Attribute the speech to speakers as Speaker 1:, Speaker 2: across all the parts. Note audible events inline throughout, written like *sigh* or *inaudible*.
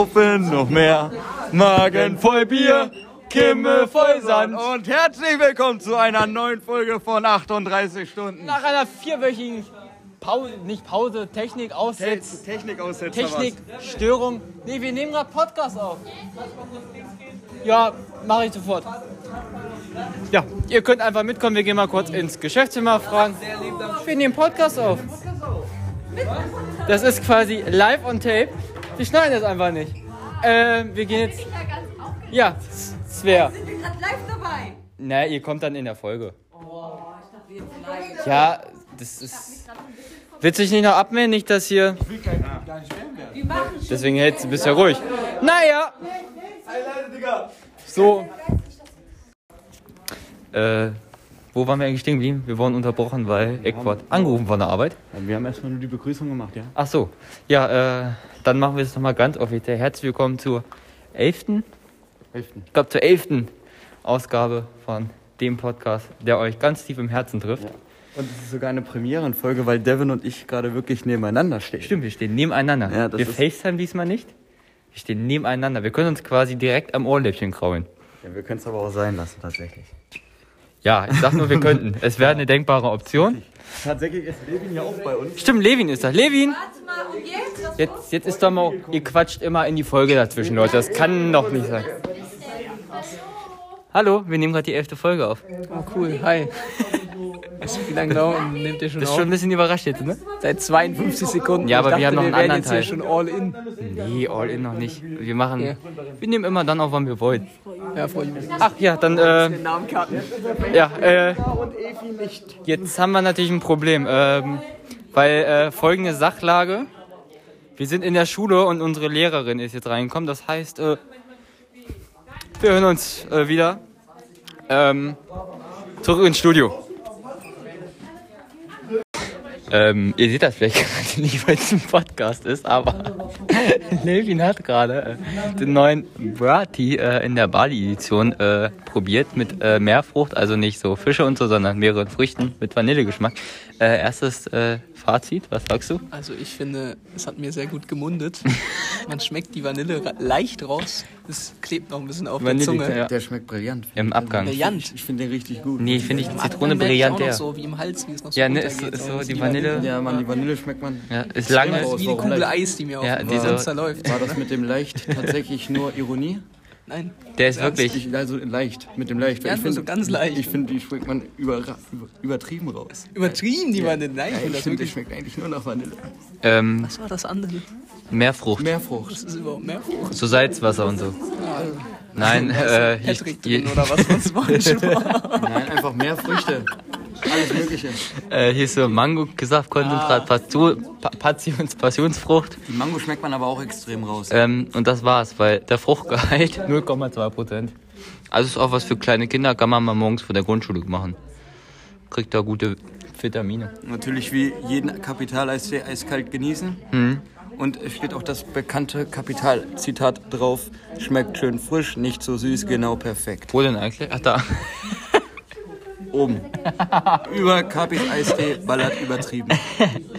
Speaker 1: Saufen noch mehr, Magen voll Bier, Kimme voll Sand. Und herzlich willkommen zu einer neuen Folge von 38 Stunden.
Speaker 2: Nach einer vierwöchigen Pause, nicht Pause, Technik, Aussetz,
Speaker 1: Technik aussetzen.
Speaker 2: Technik, Störung. Nee, wir nehmen gerade Podcast auf. Ja, mache ich sofort. Ja, ihr könnt einfach mitkommen, wir gehen mal kurz ins Geschäftszimmer fragen. Wir nehmen Podcast auf. Das ist quasi live on tape. Die schneiden das einfach nicht. Ähm, wir gehen jetzt.
Speaker 3: ja ganz aufgeregt.
Speaker 2: Ja, Sver.
Speaker 3: Sind wir gerade live dabei?
Speaker 2: Na, ihr kommt dann in der Folge. Ja, das ist. Willst du dich nicht noch abmelden, nicht dass hier.
Speaker 3: Wir machen schon.
Speaker 2: Deswegen hältst du bisher ruhig. Naja. So. Äh, wo waren wir eigentlich stehen geblieben? Wir wurden unterbrochen, weil Eckwart angerufen von der Arbeit.
Speaker 4: Wir haben erstmal nur die Begrüßung gemacht, ja?
Speaker 2: Ach so. Ja, äh, dann machen wir es nochmal ganz offiziell. Herzlich willkommen zur 11.
Speaker 4: Elften.
Speaker 2: Ich glaube zur 11. Ausgabe von dem Podcast, der euch ganz tief im Herzen trifft.
Speaker 4: Und es ist sogar eine Premierenfolge, weil Devin und ich gerade wirklich nebeneinander stehen.
Speaker 2: Stimmt, wir stehen nebeneinander.
Speaker 4: Ja, das
Speaker 2: wir
Speaker 4: ist-
Speaker 2: FaceTime diesmal nicht. Wir stehen nebeneinander. Wir können uns quasi direkt am Ohrläppchen kraulen.
Speaker 4: Ja, wir können es aber auch sein lassen, tatsächlich.
Speaker 2: Ja, ich sag nur, wir könnten. Es wäre eine denkbare Option.
Speaker 4: Tatsächlich ist Levin hier auch bei uns.
Speaker 2: Stimmt, Levin ist das. Levin!
Speaker 3: Warte mal, und jetzt? Was
Speaker 2: Jetzt, jetzt ist doch mal, ihr quatscht immer in die Folge dazwischen, Leute. Das kann doch nicht sein. Hallo, wir nehmen gerade die elfte Folge auf.
Speaker 5: Oh, cool, hi. Wie lange dauert nehmt ihr schon
Speaker 2: Bist
Speaker 5: auf?
Speaker 2: schon ein bisschen überrascht jetzt, ne?
Speaker 5: Seit 52 Sekunden.
Speaker 2: Ja, aber
Speaker 5: Ich dachte,
Speaker 2: wir haben noch einen
Speaker 5: wären
Speaker 2: anderen
Speaker 5: jetzt hier
Speaker 2: Teil.
Speaker 5: schon all in.
Speaker 2: Nee, all in noch nicht. Wir machen,
Speaker 5: Ja.
Speaker 2: wir nehmen immer dann auf, wann wir wollen.
Speaker 5: Ja, vor allem.
Speaker 2: Ach ja, dann, äh,
Speaker 5: Namenkarten.
Speaker 2: ja, äh, jetzt haben wir natürlich ein Problem, ähm, weil äh, folgende Sachlage, wir sind in der Schule und unsere Lehrerin ist jetzt reingekommen, das heißt, äh, wir hören uns äh, wieder ähm, zurück ins Studio. Ähm, ihr seht das vielleicht gerade *laughs* nicht, weil es ein Podcast ist, aber *laughs* Levin hat gerade äh, den neuen Brati äh, in der Bali-Edition äh, probiert mit äh, Meerfrucht, also nicht so Fische und so, sondern mehreren Früchten mit Vanillegeschmack. Äh, erstes äh, Fazit, was sagst du?
Speaker 5: Also ich finde, es hat mir sehr gut gemundet. Man schmeckt die Vanille ra- leicht raus. Es klebt noch ein bisschen auf der Zunge.
Speaker 2: ja,
Speaker 4: Der schmeckt brillant.
Speaker 2: im Abgang.
Speaker 5: Brillant.
Speaker 4: Ich finde den richtig gut.
Speaker 2: Nee, finde ich die Zitrone
Speaker 5: Man merkt
Speaker 2: brillant,
Speaker 5: auch noch
Speaker 2: ja.
Speaker 5: so wie im Hals, wie es noch so
Speaker 2: Ja, ne, ist,
Speaker 5: runtergeht.
Speaker 2: ist
Speaker 5: Aber
Speaker 2: so
Speaker 5: es
Speaker 2: die
Speaker 5: ist
Speaker 2: Vanille.
Speaker 4: Ja, Mann, die Vanille schmeckt man.
Speaker 2: Ja, ist lange.
Speaker 4: raus.
Speaker 5: Wie die Kugel Eis, die mir
Speaker 2: Ja,
Speaker 5: auf dem
Speaker 2: diese-
Speaker 5: Panzer läuft.
Speaker 4: War das mit dem Leicht tatsächlich nur Ironie?
Speaker 5: Nein.
Speaker 2: Der ist wirklich.
Speaker 4: Ich, also leicht, mit dem Leicht. weil
Speaker 5: Ja,
Speaker 4: ich
Speaker 5: nur so ganz leicht.
Speaker 4: Ich finde, die schmeckt man überra- über, übertrieben raus.
Speaker 5: Übertrieben, die Vanille. Nein, ich
Speaker 4: Ja,
Speaker 5: finde
Speaker 4: ich
Speaker 5: das
Speaker 4: finde, die
Speaker 5: wirklich...
Speaker 4: schmeckt eigentlich nur nach Vanille.
Speaker 2: Ähm,
Speaker 5: Was war das andere?
Speaker 2: Meerfrucht.
Speaker 4: Meerfrucht.
Speaker 5: Das ist überhaupt mehr Frucht.
Speaker 2: So Salzwasser und so. Nein, äh, ich,
Speaker 5: Patrick
Speaker 2: je-
Speaker 5: drin oder was
Speaker 2: *laughs*
Speaker 5: von SpongeBob.
Speaker 4: Nein, einfach mehr Früchte. Alles Mögliche.
Speaker 2: äh, hier ist so Mango-Saftkonzentrat, Passion,
Speaker 5: Ah.
Speaker 2: Pa- Passions, Passionsfrucht.
Speaker 4: Die Mango schmeckt man aber auch extrem raus.
Speaker 2: Ähm, und das war's, weil der Fruchtgehalt *laughs* 0,2 Prozent. Also ist auch was für kleine Kinder, kann man mal morgens vor der Grundschule machen. Kriegt da gute Vitamine.
Speaker 4: Natürlich wie jeden Kapitaleistee eiskalt genießen.
Speaker 2: Mhm.
Speaker 4: Und es steht auch das bekannte Kapital-Zitat drauf. Schmeckt schön frisch, nicht so süß, genau perfekt.
Speaker 2: Wo denn eigentlich? Ach da. *laughs*
Speaker 4: Oben. Über Kapitaleistee
Speaker 2: *laughs*
Speaker 4: ballert übertrieben.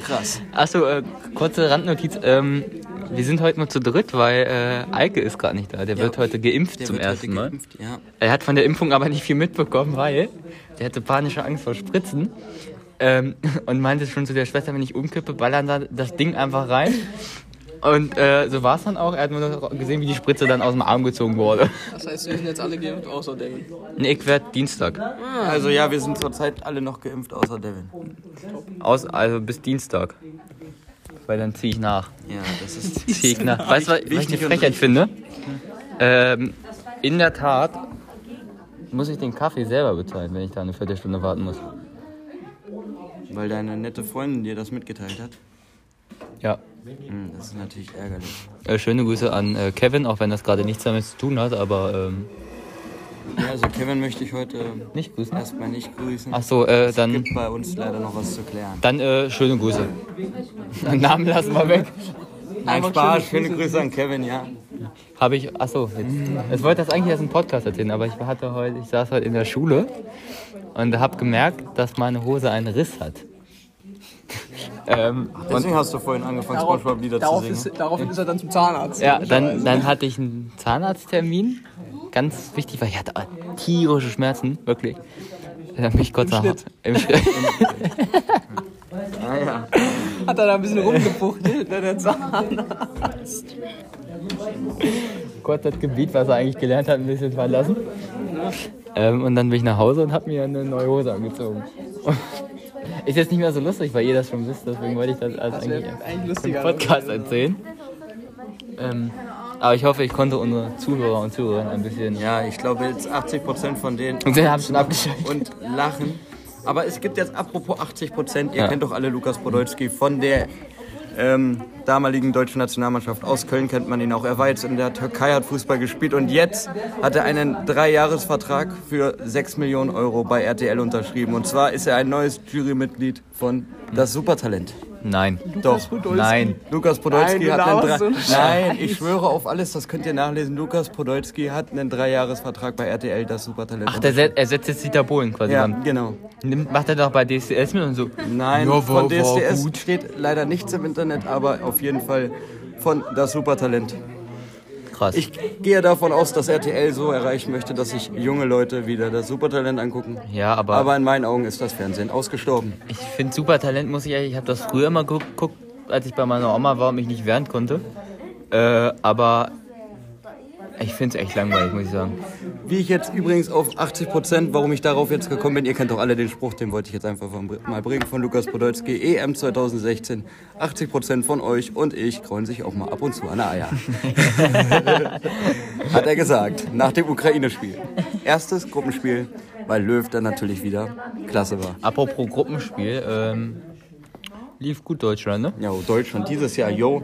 Speaker 4: Krass.
Speaker 2: Achso, äh, kurze Randnotiz. Ähm, wir sind heute nur zu dritt, weil äh, Eike ist gerade nicht da. Der wird heute geimpft
Speaker 4: Der
Speaker 2: zum
Speaker 4: wird
Speaker 2: ersten
Speaker 4: heute
Speaker 2: Mal.
Speaker 4: geimpft, ja.
Speaker 2: Er hat von der Impfung aber nicht viel mitbekommen, weil der hatte panische Angst vor Spritzen. Ähm, *laughs* und meinte schon zu der Schwester, wenn ich umkippe, ballern da das Ding einfach rein. Und äh, so war es dann auch. Er hat nur noch gesehen, wie die Spritze dann aus dem Arm gezogen wurde.
Speaker 5: Das heißt, wir sind jetzt alle geimpft, außer Devin.
Speaker 2: Nee, ich werd Dienstag.
Speaker 4: Also ja, wir sind zurzeit alle noch geimpft, außer Devin.
Speaker 2: Aus, also bis Dienstag. Weil dann zieh ich nach.
Speaker 4: Ja, das ist
Speaker 2: *laughs* Zieh ich nach. Weißt du, was, was Genau. ich eine Frechheit finde? Ähm, in der Tat muss ich den Kaffee selber bezahlen, wenn ich da eine Viertelstunde warten muss.
Speaker 4: Weil deine nette Freundin dir das mitgeteilt hat.
Speaker 2: Ja,
Speaker 4: Hm, Das ist natürlich ärgerlich.
Speaker 2: Äh, schöne Grüße an äh, Kevin, auch wenn das gerade nichts damit zu tun hat, aber ähm,
Speaker 4: Ja, also Kevin möchte ich heute
Speaker 2: nicht grüßen.
Speaker 4: erstmal nicht grüßen.
Speaker 2: Ach so, äh, dann,
Speaker 4: gibt bei uns leider noch was zu klären.
Speaker 2: dann äh, schöne Grüße. *laughs* Den Namen lassen wir weg.
Speaker 4: Nein, Spaß. Schöne Grüße an Kevin, ja.
Speaker 2: Habe ich, achso, jetzt, jetzt wollte das eigentlich erst im Podcast erzählen, aber ich hatte heute, ich saß heute in der Schule und habe gemerkt, dass meine Hose einen Riss hat. *laughs* Ähm, und
Speaker 4: Deswegen hast du vorhin angefangen, SpongeBob-Lieder zu
Speaker 5: Darauf
Speaker 4: singen.
Speaker 5: ist, daraufhin ist er dann zum Zahnarzt.
Speaker 2: ja, also- dann, dann hatte ich einen Zahnarzttermin. Ganz wichtig, weil ich hatte tierische Schmerzen, wirklich. Dann bin ich kurz nach
Speaker 5: Schnitt.
Speaker 2: Im Schnitt. *laughs*
Speaker 5: Hat er da ein bisschen rumgefuchtelt, ne, der Zahnarzt.
Speaker 2: kurz das Gebiet, was er eigentlich gelernt hat, ein bisschen verlassen. Ähm, und dann bin ich nach Hause und habe mir eine neue Hose angezogen. Ist jetzt nicht mehr so lustig, weil ihr das schon wisst, deswegen wollte ich das als eigentlich
Speaker 5: Eigentlich
Speaker 2: im
Speaker 5: lustiger.
Speaker 2: Podcast erzählen. Ähm, aber ich hoffe, ich konnte unsere Zuhörer und Zuhörerinnen ein bisschen.
Speaker 4: Ja, ich glaube jetzt 80% von denen
Speaker 2: Und sie haben schon abgeschaltet.
Speaker 4: und lachen. Aber es gibt jetzt apropos 80%, ihr
Speaker 2: Ja.
Speaker 4: kennt doch alle Lukas Podolski von der ähm, damaligen deutschen Nationalmannschaft aus Köln kennt man ihn auch. Er war jetzt in der Türkei, hat Fußball gespielt und jetzt hat er einen Dreijahresvertrag für 6 Millionen Euro bei RTL unterschrieben. Und zwar ist er ein neues Jurymitglied von Das Supertalent.
Speaker 2: Nein.
Speaker 4: Doch,
Speaker 2: Nein.
Speaker 4: Lukas Podolski
Speaker 5: Nein, du
Speaker 4: hat einen
Speaker 5: laberst so
Speaker 4: drei
Speaker 5: einen
Speaker 4: Nein, ich schwöre auf alles, das könnt ihr nachlesen. Lukas Podolski hat einen Dreijahresvertrag bei RTL, das Supertalent.
Speaker 2: Ach, der set, er setzt jetzt Dieter Bohlen quasi
Speaker 4: ja,
Speaker 2: dran.
Speaker 4: genau.
Speaker 2: Nimmt, macht er doch bei DSDS mit und so.
Speaker 4: Nein,
Speaker 2: Ja,
Speaker 4: von
Speaker 2: war- war
Speaker 4: DSDS
Speaker 2: gut.
Speaker 4: steht leider nichts im Internet, aber auf jeden Fall von das Supertalent.
Speaker 2: Krass.
Speaker 4: Ich gehe davon aus, dass RTL so erreichen möchte, dass sich junge Leute wieder das Supertalent angucken.
Speaker 2: Ja, aber-
Speaker 4: Aber in meinen Augen ist das Fernsehen ausgestorben.
Speaker 2: Ich finde Supertalent, muss ich ehrlich, ich habe das früher immer gu- geguckt, als ich bei meiner Oma war und mich nicht wehren konnte. Äh, aber ich finde es echt langweilig, muss ich sagen.
Speaker 4: Wie ich jetzt übrigens auf 80 Prozent, warum ich darauf jetzt gekommen bin, ihr kennt doch alle den Spruch, den wollte ich jetzt einfach von, mal bringen, von Lukas Podolski, E EM 2016. 80 Prozent von euch und ich kreunen sich auch mal ab und zu an der Eier. Hat er gesagt, nach dem Ukraine-Spiel. Erstes Gruppenspiel, weil Löw dann natürlich wieder klasse war.
Speaker 2: Apropos Gruppenspiel, ähm, lief gut Deutschland, ne?
Speaker 4: Ja, Deutschland dieses Jahr, yo.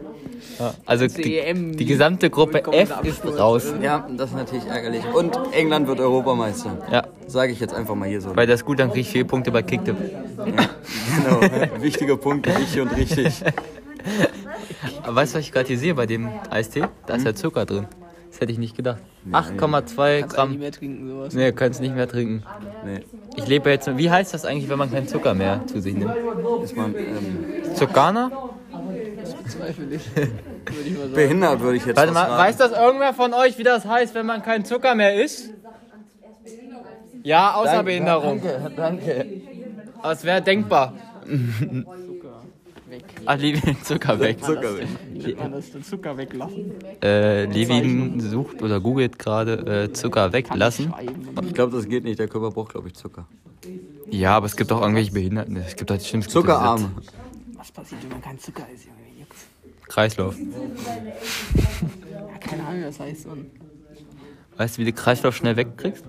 Speaker 2: Also die,
Speaker 5: EM
Speaker 2: die gesamte Gruppe F
Speaker 5: vollkommener
Speaker 2: ist
Speaker 5: Absturz.
Speaker 2: raus.
Speaker 4: Ja, das ist natürlich ärgerlich. Und England wird Europameister.
Speaker 2: Ja,
Speaker 4: Sage ich jetzt einfach mal hier so.
Speaker 2: weil das ist gut, dann krieg ich vier Punkte bei Kicktip.
Speaker 4: *laughs* Genau, wichtiger Punkt, richtig und richtig.
Speaker 2: Aber weißt du, was ich gerade hier sehe bei dem Eistee? Da ist ja Zucker drin. Das hätte ich nicht gedacht. 8,2
Speaker 5: Kannst eigentlich nicht
Speaker 2: Gramm.
Speaker 5: mehr trinken, sowas.
Speaker 2: Nee, kannst nicht mehr trinken.
Speaker 4: Nee,
Speaker 2: Ich lebe jetzt. Wie heißt das eigentlich, wenn man keinen Zucker mehr zu sich nimmt?
Speaker 4: ist man ähm,
Speaker 2: Zuckerner?
Speaker 5: Zweifel ich. Würde ich mal sagen.
Speaker 4: behindert, würde ich jetzt
Speaker 2: Warte
Speaker 4: was
Speaker 2: mal,
Speaker 4: raten.
Speaker 6: Weiß das irgendwer von euch, wie das heißt, wenn man keinen Zucker mehr isst? Ja, außer Behinderung.
Speaker 4: Danke, danke.
Speaker 6: Aber es wäre denkbar.
Speaker 2: *laughs* Ach, Levin, Zucker weg.
Speaker 4: *laughs* Zucker.
Speaker 5: Man das den Zucker weglassen.
Speaker 2: Äh, Levin sucht oder googelt gerade äh, Zucker weglassen.
Speaker 4: Ich glaube, das geht nicht. Der Körper braucht, glaube ich, Zucker.
Speaker 2: Ja, aber es gibt auch irgendwelche Behinderten. Es gibt halt bestimmt
Speaker 4: Zuckerarm.
Speaker 5: Was passiert, wenn man keinen Zucker isst, Junge? Juckt's.
Speaker 2: Kreislauf.
Speaker 5: Ja, keine Ahnung, was das heißt. Und
Speaker 2: Weißt du, wie du Kreislauf schnell wegkriegst?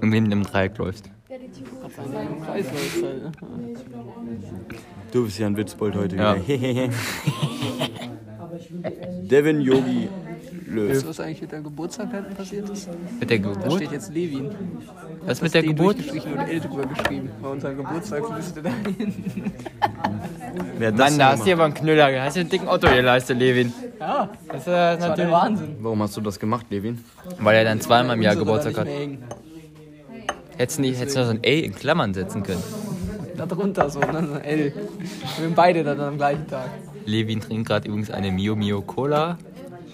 Speaker 2: Indem du im Dreieck läufst.
Speaker 5: Kreis läuft halt. ne?
Speaker 4: Du bist ja ein Witzbold heute
Speaker 2: Ja.
Speaker 4: wieder. *laughs* Devin Yogi Löw.
Speaker 5: Weißt du, was eigentlich mit deinem Geburtstag hinten passiert ist?
Speaker 2: Mit der
Speaker 5: Da steht
Speaker 2: Geburt?
Speaker 5: jetzt Levin.
Speaker 2: Was mit der
Speaker 5: D
Speaker 2: Geburt?
Speaker 5: durchgestrichen und L drüber geschrieben. Bei unserer Geburtstagsliste da hinten.
Speaker 4: Wer
Speaker 2: Mann,
Speaker 4: das
Speaker 2: da
Speaker 4: denn
Speaker 2: hast du aber einen Knüller. Da hast du einen dicken Otto geleistet, Levin.
Speaker 5: Ja,
Speaker 2: Das ist äh,
Speaker 5: das war der
Speaker 2: natürlich.
Speaker 5: Wahnsinn.
Speaker 4: gemacht? Warum hast du das gemacht, Levin?
Speaker 2: Weil er dann zweimal im Jahr
Speaker 5: Unsere da
Speaker 2: Geburtstag hat.
Speaker 5: nicht mehr hängen.
Speaker 2: Hättest du nicht- hättest du noch so ein A in Klammern setzen können.
Speaker 5: Da drunter so, ne? so ein L. Wir haben beide dann am gleichen Tag.
Speaker 2: Levin trinkt gerade übrigens eine Mio Mio Cola.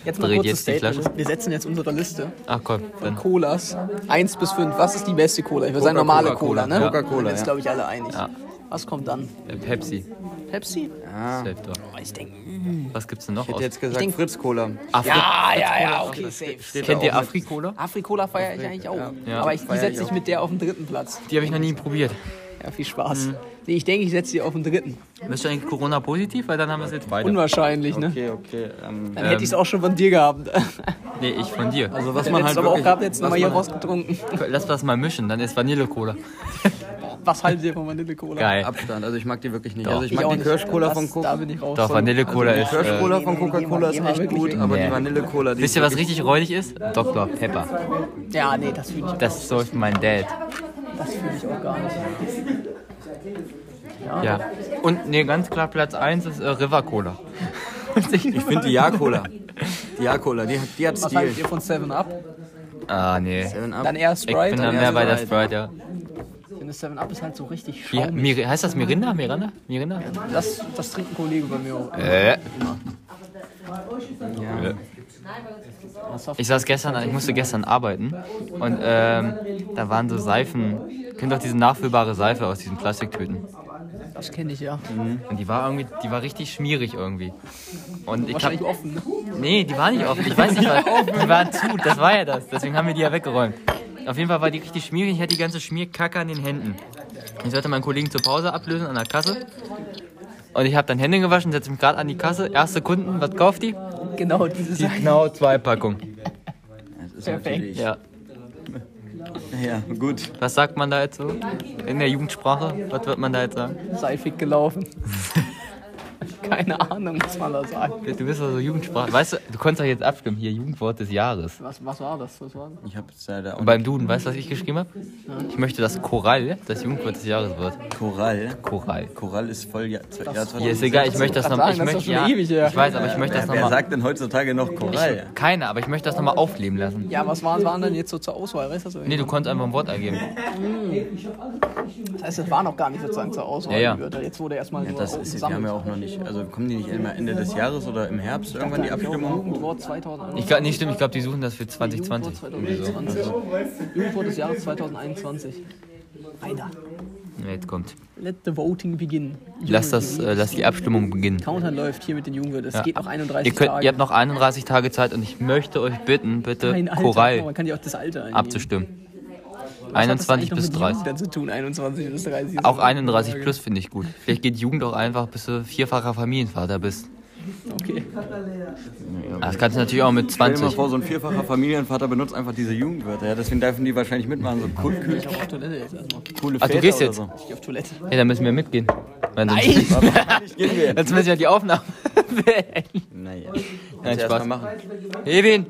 Speaker 5: Jetzt mal
Speaker 2: Dreht
Speaker 5: kurzes
Speaker 2: jetzt die
Speaker 5: Statement.
Speaker 2: Flasche.
Speaker 5: Wir setzen jetzt unsere Liste.
Speaker 2: Ach komm, dann.
Speaker 5: Colas. 1 bis 5. Was ist die beste Cola? Ich würde sagen normale Cola, ne?
Speaker 4: Cola. Coca-Cola,
Speaker 5: Jetzt
Speaker 4: ja.
Speaker 5: glaube ich alle einig. Was kommt dann?
Speaker 2: Äh, Pepsi.
Speaker 5: Pepsi?
Speaker 2: Safe doch.
Speaker 5: Ich denke.
Speaker 2: Was gibt's denn noch aus?
Speaker 4: Ah. Jetzt gesagt Fritz Cola.
Speaker 5: Ja, Ah, ja, ja, okay, safe.
Speaker 2: Kennt ihr Afri-Cola?
Speaker 5: Afrikola feiere ich eigentlich auch. Aber ich, die
Speaker 4: Feier ich
Speaker 5: setze ich
Speaker 4: auch.
Speaker 5: mit der auf den dritten Platz.
Speaker 2: Die habe ich noch nie probiert.
Speaker 5: Ja, viel Spaß.
Speaker 4: Mhm.
Speaker 5: Nee, ich denke, ich setze die auf den dritten.
Speaker 2: Bist du eigentlich Corona-positiv? Weil dann haben wir es jetzt beide.
Speaker 5: Unwahrscheinlich, ne?
Speaker 4: Okay, okay. Ähm,
Speaker 5: Dann hätte ich es auch schon von dir gehabt.
Speaker 2: Nee, ich von dir.
Speaker 4: also was
Speaker 5: Man
Speaker 4: man
Speaker 5: hätte
Speaker 4: halt
Speaker 5: es aber auch
Speaker 4: wirklich,
Speaker 5: gehabt, jetzt nochmal
Speaker 4: was
Speaker 5: hier
Speaker 4: man halt-
Speaker 5: rausgetrunken. *laughs*
Speaker 2: Lass das mal mischen, dann ist Vanille-Cola.
Speaker 5: Was haltet ihr von Vanille-Cola?
Speaker 2: Geil.
Speaker 4: Abstand. Also ich mag die wirklich nicht.
Speaker 2: Doch.
Speaker 4: Also ich
Speaker 5: Ich
Speaker 4: mag
Speaker 5: auch
Speaker 4: die
Speaker 5: nicht.
Speaker 4: Kirschcola
Speaker 5: Das-
Speaker 4: von
Speaker 5: Da
Speaker 4: Coca.
Speaker 5: bin ich raus.
Speaker 2: Doch, Vanille-Cola ist. Äh,
Speaker 4: Kirschcola von Coca-Cola ist echt gut, aber
Speaker 2: Nee.
Speaker 4: die Vanille-Cola, die
Speaker 2: wisst
Speaker 4: ist
Speaker 2: ihr, was
Speaker 4: wirklich-
Speaker 2: richtig räudig ist? Dr. Pepper.
Speaker 5: Ja, nee, das fühle ich,
Speaker 2: Das säuft mein Dad.
Speaker 5: das fühl ich auch gar nicht.
Speaker 2: Ja. Und nee, ganz klar, Platz 1 ist äh, River-Cola.
Speaker 4: Ich *laughs* finde die Ja-Cola. Die Ja-Cola, die, hat- die hat
Speaker 5: Was haltet
Speaker 4: Stil.
Speaker 5: ihr von 7 Up?
Speaker 2: *laughs* Ah, nee.
Speaker 4: Seven Up.
Speaker 5: Dann eher
Speaker 2: Ich
Speaker 5: Sprite.
Speaker 2: bin da mehr bei der Sprite, ja.
Speaker 5: Ich finde das 7-Up ist halt so richtig
Speaker 2: Wie,
Speaker 5: schaumig.
Speaker 2: Mir, heißt das Mirinda? Miranda? Mirinda?
Speaker 5: Das, das trinkt ein Kollege bei mir auch.
Speaker 2: Äh. Ich saß gestern, ich musste gestern arbeiten und ähm, da waren so Seifen. Kennt doch diese nachfüllbare Seife aus diesen Plastiktüten.
Speaker 5: Das kenne ich ja.
Speaker 2: Und die war irgendwie, die war richtig schmierig irgendwie. Und ich hab,
Speaker 5: Wahrscheinlich offen. Ne?
Speaker 2: nee, die war nicht offen. Ich weiß nicht, was. Die waren zu. Das war ja das. Deswegen haben wir die ja weggeräumt. Auf jeden Fall war die richtig schmierig. Ich hatte die ganze Schmierkacke an den Händen. Ich sollte meinen Kollegen zur Pause ablösen an der Kasse. Und ich habe dann Hände gewaschen, setze mich gerade an die Kasse. Erste Kunden, was kauft die?
Speaker 5: Genau, diese Sache.
Speaker 2: Genau zwei Packung.
Speaker 4: Ist
Speaker 5: Perfekt.
Speaker 4: natürlich-
Speaker 2: Ja.
Speaker 4: Ja, gut.
Speaker 2: Was sagt man da jetzt so? In der Jugendsprache? Was wird man da jetzt sagen?
Speaker 5: seifig gelaufen. *laughs* Keine Ahnung, was man da sagt.
Speaker 2: Du bist doch so Jugendsprache. Weißt du, du konntest doch jetzt abstimmen. Hier, Jugendwort des Jahres.
Speaker 5: Was, was war das? Was war das?
Speaker 4: Ich habe jetzt leider auch
Speaker 2: Und beim Duden, weißt du, was ich geschrieben habe? Ich möchte, dass Korall das Jugendwort des Jahres wird.
Speaker 4: Korall.
Speaker 2: Korall.
Speaker 4: Korall ist voll Jahr, Jahr
Speaker 2: Hier ist egal, ich möchte das
Speaker 5: Kann
Speaker 2: nochmal. Ich
Speaker 5: sagen, das
Speaker 2: möchte,
Speaker 5: ist doch schon ewig her.
Speaker 2: Ich weiß, aber ich möchte das
Speaker 4: Wer
Speaker 2: nochmal.
Speaker 4: sagt denn heutzutage noch Korall?
Speaker 2: Keiner, aber ich möchte das nochmal aufleben lassen.
Speaker 5: Ja, was waren, waren denn jetzt so zur Auswahl? Weißt du, das,
Speaker 2: Nee, du konntest einfach ein Wort eingeben.
Speaker 5: das heißt, es waren noch gar nicht sozusagen zur Auswahl.
Speaker 2: Ja, ja.
Speaker 5: die Wörter. Jetzt wurde erstmal nur
Speaker 4: Das ist, wir haben ja auch noch nicht. Also kommen die nicht immer Ende des Jahres oder im Herbst irgendwann die Abstimmung?
Speaker 5: Jugendwort 2021.
Speaker 2: Ich glaub, nee, stimmt, ich glaube, die suchen das für
Speaker 5: Jugendwort
Speaker 2: 2020.
Speaker 5: 2021. Jugendwort des Jahres 2021. Alter,
Speaker 2: Ja, jetzt kommt.
Speaker 5: let the voting begin.
Speaker 2: Lass, das, äh, lass die Abstimmung beginnen.
Speaker 5: Counter läuft hier mit den Jugendwörtern. Es
Speaker 2: Ja.
Speaker 5: geht noch 31
Speaker 2: ihr könnt,
Speaker 5: Tage.
Speaker 2: Ihr habt noch 31 Tage Zeit und ich möchte euch bitten, bitte
Speaker 5: Kein Alter. Oh, man
Speaker 2: Korall
Speaker 5: kann ja auch das Alter eingeben.
Speaker 2: abzustimmen.
Speaker 5: Was hat das
Speaker 2: 21
Speaker 5: eigentlich
Speaker 2: bis
Speaker 5: noch mit
Speaker 2: 30.
Speaker 5: Jugend zu tun, 21 bis 30.
Speaker 2: Auch 31 plus finde ich gut. Vielleicht geht Jugend auch einfach, bis du vierfacher Familienvater bist. Ah,
Speaker 5: Okay.
Speaker 2: Das kannst du natürlich auch mit
Speaker 4: Stell dir mal
Speaker 2: 20.
Speaker 4: vor, Oh, so ein vierfacher Familienvater benutzt einfach diese Jugendwörter. Ja, deswegen dürfen die wahrscheinlich mitmachen. So cool, cool,
Speaker 5: Ich gehe auf Toilette jetzt erstmal.
Speaker 4: coole
Speaker 2: Ach, du
Speaker 4: Väter
Speaker 2: gehst
Speaker 4: oder
Speaker 2: jetzt?
Speaker 4: So.
Speaker 5: Ich gehe auf Toilette.
Speaker 2: Ja, dann müssen wir mitgehen. Nein!
Speaker 4: Gehen wir.
Speaker 2: Jetzt müssen wir die Aufnahme beenden.
Speaker 4: Naja.
Speaker 2: Nein,
Speaker 4: Erst mal
Speaker 2: Spaß.
Speaker 4: machen.
Speaker 2: Evin,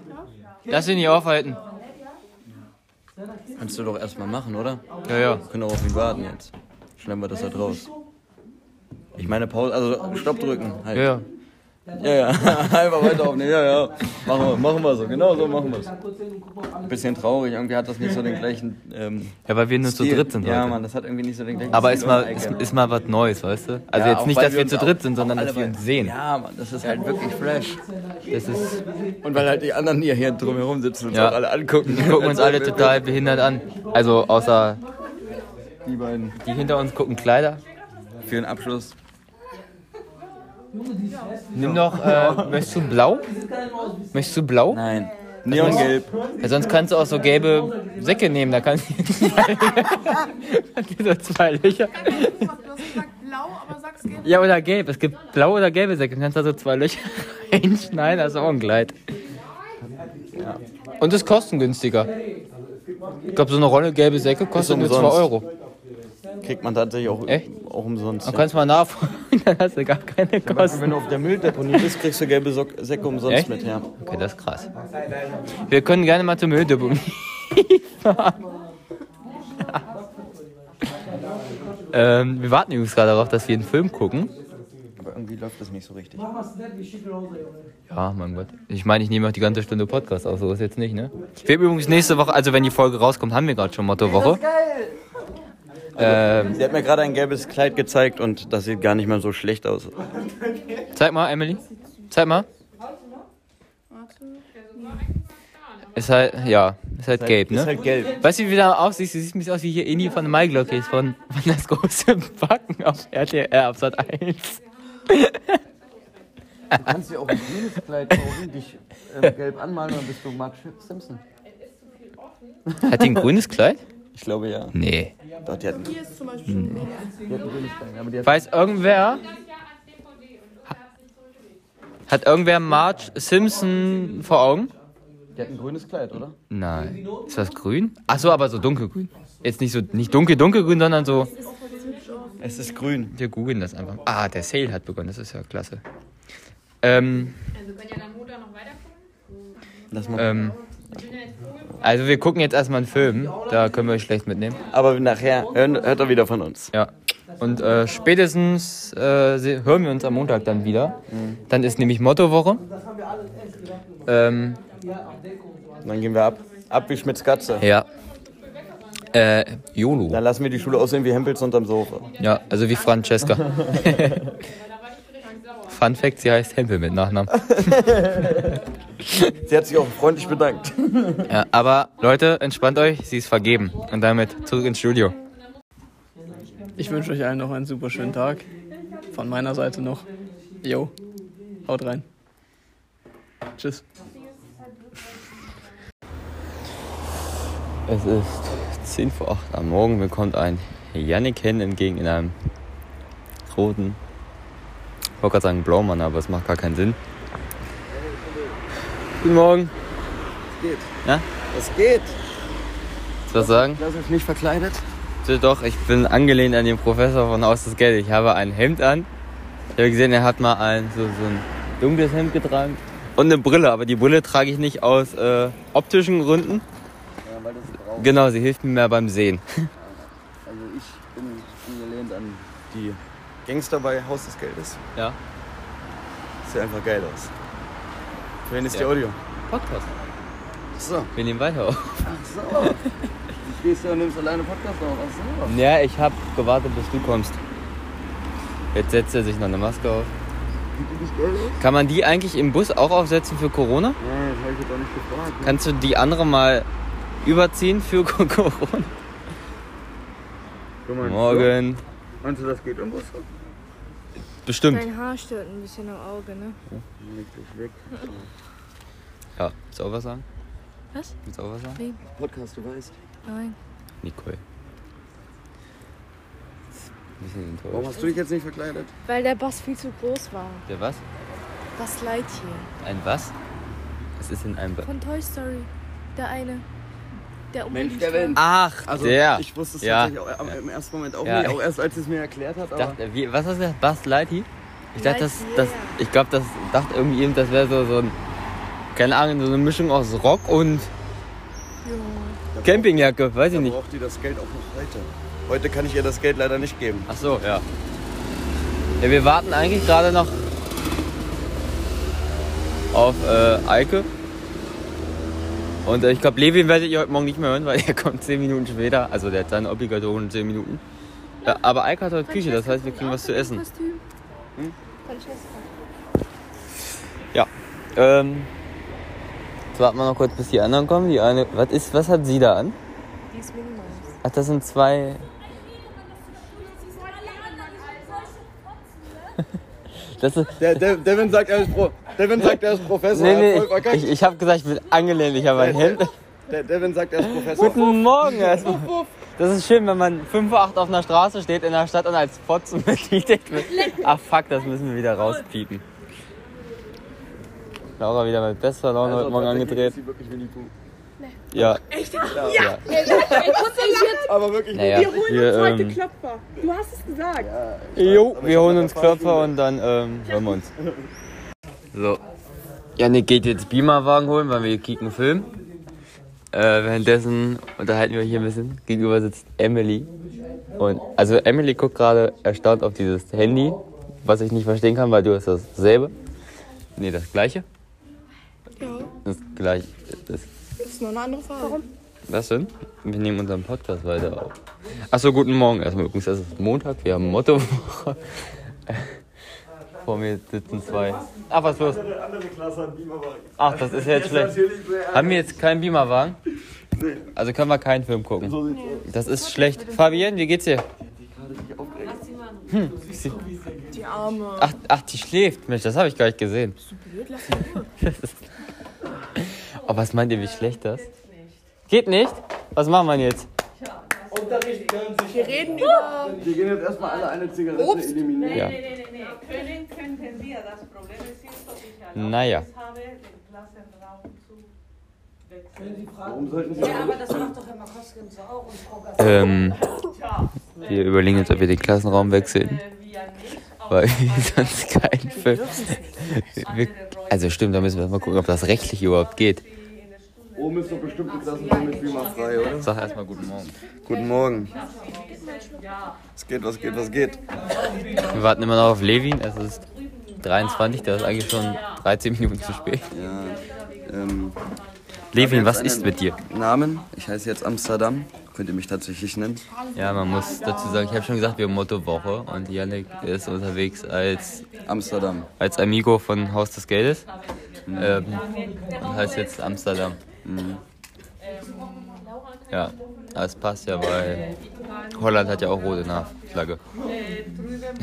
Speaker 2: lass dich nicht aufhalten.
Speaker 4: Kannst du doch erstmal machen, oder?
Speaker 2: Ja, ja.
Speaker 4: Wir können doch auf ihn warten jetzt. Schneiden wir das halt raus. Ich meine Pause, also Stopp drücken. Halt.
Speaker 2: Ja, ja.
Speaker 4: Ja, *laughs* ja. Einfach weiter aufnehmen. Ja, ja. Machen wir, machen wir so. Genau so machen wir es. Bisschen traurig. Irgendwie hat das nicht so den gleichen. Ähm,
Speaker 2: Ja, weil wir nur zu
Speaker 4: Stil.
Speaker 2: dritt sind
Speaker 4: Ja,
Speaker 2: heute.
Speaker 4: Mann, das hat irgendwie nicht so den gleichen.
Speaker 2: Aber
Speaker 4: Stil
Speaker 2: ist mal,
Speaker 4: und
Speaker 2: ist,
Speaker 4: Ecke.
Speaker 2: ist mal was Neues, weißt du? Also
Speaker 4: Ja,
Speaker 2: jetzt
Speaker 4: auch
Speaker 2: nicht,
Speaker 4: weil
Speaker 2: dass wir
Speaker 4: uns
Speaker 2: zu
Speaker 4: auch-
Speaker 2: dritt sind, sondern
Speaker 4: auch
Speaker 2: dass wir
Speaker 4: alle
Speaker 2: uns
Speaker 4: bei-
Speaker 2: sehen.
Speaker 4: Ja, Mann, das ist halt wirklich fresh.
Speaker 2: Das ist,
Speaker 4: Und weil halt die anderen hier, hier drumherum sitzen und
Speaker 2: Ja.
Speaker 4: auch alle angucken.
Speaker 2: die gucken uns alle total behindert an. Also außer
Speaker 4: Die beiden.
Speaker 2: die hinter uns gucken Kleider.
Speaker 4: Für den Abschluss.
Speaker 2: Nimm doch, äh, möchtest du blau? Möchtest du blau?
Speaker 4: Nein. Neongelb.
Speaker 2: Ja, sonst kannst du auch so gelbe Säcke nehmen, da kannst du
Speaker 6: äh, *laughs*
Speaker 2: diese zwei Löcher.
Speaker 3: Du hast gesagt blau, aber sagst gelb.
Speaker 2: Ja, oder gelb. Es gibt blau oder gelbe Säcke. Du kannst da so zwei Löcher *laughs* reinschneiden, hast auch ein Kleid. Und ist kostengünstiger. Ich glaube, so eine Rolle gelbe Säcke kostet nur 2
Speaker 4: umsonst.
Speaker 2: Euro.
Speaker 4: Kriegt man tatsächlich auch,
Speaker 2: Echt?
Speaker 4: auch umsonst.
Speaker 2: Du kannst mal nachfragen, *laughs* dann hast du gar keine Kosten.
Speaker 4: Wenn du auf der Mülldeponie bist, kriegst du gelbe Sock Säcke umsonst
Speaker 2: Echt?
Speaker 4: mit her.
Speaker 2: Okay, das ist krass. Wir können gerne mal zur Mülldeponie *laughs* fahren. ähm, wir warten übrigens gerade darauf, dass wir einen Film gucken.
Speaker 4: Aber irgendwie läuft das nicht so richtig.
Speaker 2: Ja, mein Gott. Ich meine, ich nehme auch die ganze Stunde Podcast auf, so ist jetzt nicht, ne? Wir haben übrigens nächste Woche, also wenn die Folge rauskommt, haben wir gerade schon Mottowoche. Ähm,
Speaker 4: Sie hat mir gerade ein gelbes Kleid gezeigt und das sieht gar nicht mal so schlecht aus.
Speaker 2: zeig mal, Emily. Zeig mal. Ist halt, ja, ist halt gelb,
Speaker 4: Ist
Speaker 2: ne?
Speaker 4: halt gelb.
Speaker 2: Weißt du, wie du da aussiehst? Du siehst mich aus wie hier Inni von Maiglocke ist von, von das große Backen auf RTL, äh, auf Sat 1.
Speaker 4: Du kannst dir auch ein grünes Kleid kaufen, dich ähm, gelb anmalen und bist du Mark Simpson.
Speaker 2: Hat die ein grünes Kleid?
Speaker 4: Ich glaube ja.
Speaker 2: Nee. Hm.
Speaker 4: Doch, die hat ein
Speaker 3: Hier ist zum Beispiel schon blau.
Speaker 4: grünes Kleid. Aber die hat
Speaker 2: Weiß irgendwer?
Speaker 3: Oh,
Speaker 2: Hat irgendwer Marge Simpson vor Augen?
Speaker 4: Die hat ein grünes Kleid, oder?
Speaker 2: Nein. Ist das grün? Ach so, aber so dunkelgrün. Jetzt nicht so nicht dunkel dunkelgrün, sondern so.
Speaker 4: Es ist grün.
Speaker 2: Wir googeln das einfach. Ah, der Sale hat begonnen. Das ist ja klasse. Ähm,
Speaker 4: Lass mal.
Speaker 2: ähm. Also wir gucken jetzt erstmal einen Film. Da können wir euch schlecht mitnehmen.
Speaker 4: Aber nachher hört, hört er wieder von uns.
Speaker 2: Ja. Und äh, spätestens äh, se- hören wir uns am Montag dann wieder. Dann ist nämlich Ähm, Mottowoche. Ähm,
Speaker 4: Und dann gehen wir ab. Ab wie Schmitz Katze.
Speaker 2: ja. Äh, YOLO.
Speaker 4: Dann lassen wir die Schule aussehen wie Hempels unterm Sofa.
Speaker 2: Ja, also wie Francesca. Fun Fact, sie heißt Hempel mit Nachnamen.
Speaker 4: Sie hat sich auch freundlich bedankt.
Speaker 2: Ja, aber Leute, entspannt euch, sie ist vergeben. Und damit zurück ins Studio.
Speaker 5: Ich wünsche euch allen noch einen super schönen Tag. Von meiner Seite noch. Yo, haut rein. Tschüss.
Speaker 2: Es ist 10 vor 8 am Morgen. Mir kommt ein Yannick Hen entgegen in einem roten, ich wollte gerade sagen Blaumann, aber es macht gar keinen Sinn. Guten Morgen.
Speaker 4: Es geht.
Speaker 2: Willst du was sagen?
Speaker 4: Lass uns nicht verkleidet.
Speaker 2: Bitte Doch, ich bin angelehnt an den Professor von Haus des Geldes. Ich habe ein Hemd an. Ich habe gesehen, er hat mal ein, so, so ein dunkles Hemd getragen. Und eine Brille, aber die Brille trage ich nicht aus äh, optischen Gründen.
Speaker 4: weil das braucht.
Speaker 2: Genau, sie hilft mir mehr beim Sehen.
Speaker 4: Also ich bin angelehnt an die Gangster bei Haus des Geldes.
Speaker 2: Ja.
Speaker 4: Sieht einfach geil aus. Für wen ist die
Speaker 2: Ja.
Speaker 4: Audio?
Speaker 2: Podcast.
Speaker 4: So,
Speaker 2: Wir nehmen weiter auf.
Speaker 4: so. Ich gehst du und nimmst alleine Podcast auf. Ach
Speaker 2: Ja, ich habe gewartet, bis du kommst. Jetzt setzt er sich noch eine Maske auf. Kann man die eigentlich im Bus auch aufsetzen für Corona?
Speaker 4: so. Nee, das hab ich jetzt auch nicht gefragt.
Speaker 2: Kannst du die andere mal überziehen für *laughs* Corona?
Speaker 4: Guck mal,
Speaker 2: Morgen.
Speaker 4: so. Meinst du, das geht um Wasser?
Speaker 2: Bestimmt.
Speaker 7: Dein Haar stört ein bisschen am Auge, ne?
Speaker 4: Richtig weg.
Speaker 2: Ja, willst du auch was sagen?
Speaker 7: Was?
Speaker 2: Willst du auch was sagen?
Speaker 4: Podcast, du weißt.
Speaker 7: Nein.
Speaker 2: Nicole. Ein bisschen
Speaker 4: Warum
Speaker 2: enttäuscht.
Speaker 4: hast du dich jetzt nicht verkleidet?
Speaker 7: Weil der Bass viel zu groß war.
Speaker 2: Der was?
Speaker 7: Das Leid hier.
Speaker 2: Ein was? Es ist in einem. Ba
Speaker 7: Von Toy Story. Der eine. Der
Speaker 4: Mensch,
Speaker 7: unbedingt
Speaker 4: der Wind.
Speaker 2: Ach,
Speaker 4: Also
Speaker 2: der.
Speaker 4: ich wusste es
Speaker 2: ja.
Speaker 4: tatsächlich auch, am- im ersten Moment auch
Speaker 2: Ja.
Speaker 4: nicht, auch erst als sie es mir erklärt hat,
Speaker 2: Ich
Speaker 4: aber
Speaker 2: dachte, wie, was hast du gesagt? Buzz Lightyear? Ich dachte, das,
Speaker 7: Lightyear.
Speaker 2: das, ich glaube, das dachte irgendwie eben, das wäre so, so ein, keine Ahnung, so eine Mischung aus Rock und Campingjacke, weiß ich
Speaker 4: da
Speaker 2: nicht.
Speaker 4: braucht die das Geld auch noch heute. Heute kann ich ihr das Geld leider nicht geben.
Speaker 2: Ach so, ja. Ja, wir warten eigentlich gerade noch auf äh, Eike. Und äh, ich glaube, Levin werdet ihr heute Morgen nicht mehr hören, weil *laughs* er kommt 10 Minuten später. Also der hat seine obligatorischen 10 Minuten. Ja, aber Eike hat heute Küche, das heißt, wir kriegen was zu essen.
Speaker 7: Kostüm.
Speaker 2: Ähm, jetzt warten wir noch kurz, bis die anderen kommen. Die eine, was ist, was hat sie da an?
Speaker 7: Die ist minimal.
Speaker 2: Ach, das sind zwei. Das ist,
Speaker 4: Der, der, Devin sagt, er ist, Pro, Devin sagt, er ist Professor.
Speaker 2: nee,
Speaker 4: er hat
Speaker 2: nee,
Speaker 4: voll verkackt.
Speaker 2: ich, ich, ich habe gesagt, ich bin angelehnt, ich habe ein Hemd.
Speaker 4: Der Devin sagt, er ist Professor.
Speaker 2: Guten Morgen erstmal. Das ist schön, wenn man 5 vor 8 auf einer Straße steht in der Stadt und als Fotzen *laughs* betitelt wird. Ach fuck, das müssen wir wieder rauspiepen. Laura wieder mit bester Laune heute Morgen
Speaker 4: Tatsächlich
Speaker 2: angedreht.
Speaker 4: ist sie wirklich Winnie Pooh.
Speaker 2: Ja.
Speaker 4: Aber wirklich.
Speaker 2: Naja, wir holen uns heute Klopfer. Du hast es gesagt. jo, wir holen uns Klopfer und dann ähm, hören wir *laughs* uns. So. Janik geht jetzt Beamerwagen holen, weil wir hier kicken Film. Äh, währenddessen unterhalten wir hier ein bisschen. Gegenüber sitzt Emily. Und also Emily guckt gerade erstaunt auf dieses Handy, was ich nicht verstehen kann, weil du hast dasselbe. Nee, das gleiche. Das gleiche. Das
Speaker 8: Ist nur eine andere Farbe. Warum?
Speaker 2: was denn? Wir nehmen unseren Podcast weiter auf. Achso, guten Morgen erstmal. Übrigens, es ist Montag, wir haben Mottowoche. *laughs* Vor mir sitzen zwei. Ach, was ist los? Ach, das ist ja jetzt schlecht. Haben wir jetzt keinen Beamerwagen? Also können wir keinen Film gucken. Das ist schlecht. Fabienne, wie geht's dir?
Speaker 8: Die Arme.
Speaker 2: Ach, ach, die schläft. Mensch, das habe ich gar nicht gesehen. Das ist- *laughs* Oh, was meint ihr, wie schlecht das? Geht nicht? Was machen wir denn jetzt?
Speaker 8: Wir reden über
Speaker 4: Wir gehen jetzt erstmal alle eine Zigarette Obst. eliminieren.
Speaker 2: Ja.
Speaker 3: Nee, nee, nee. Können könnten wir. Das Problem ist jetzt, ob ich erlaubt
Speaker 2: Naja.
Speaker 3: habe, den Klassenraum zu wechseln.
Speaker 4: Warum sollten sie
Speaker 3: Aber das macht doch immer Kosten so auch und Frau Gasser.
Speaker 2: Ähm, wir überlegen jetzt, ob wir den Klassenraum wechseln,
Speaker 3: Äh, wir nicht, aber
Speaker 2: weil wir sonst keinen Film. *laughs* Wir, also stimmt, da müssen wir mal gucken, ob das rechtlich überhaupt geht.
Speaker 4: Oben ist doch bestimmt ein Klassenraum mit Beamer frei, oder?
Speaker 2: Sag erstmal guten Morgen.
Speaker 4: Guten Morgen. Es geht, was geht, was geht.
Speaker 2: Wir warten immer noch auf Levin. Es ist 23, der ist eigentlich schon 13 Minuten zu spät.
Speaker 4: Ähm,
Speaker 2: Levin, was ist mit dir?
Speaker 4: Namen, ich heiße jetzt Amsterdam. Könnt ihr mich tatsächlich nennen?
Speaker 2: Ja, man muss dazu sagen, ich habe schon gesagt, wir haben Motto Woche und Yannick ist unterwegs als
Speaker 4: Amsterdam.
Speaker 2: als Amigo von Haus des Geldes. Ähm, und heißt jetzt Amsterdam. Mhm. Ja, das passt ja, weil Holland hat ja auch rote Na- Flagge.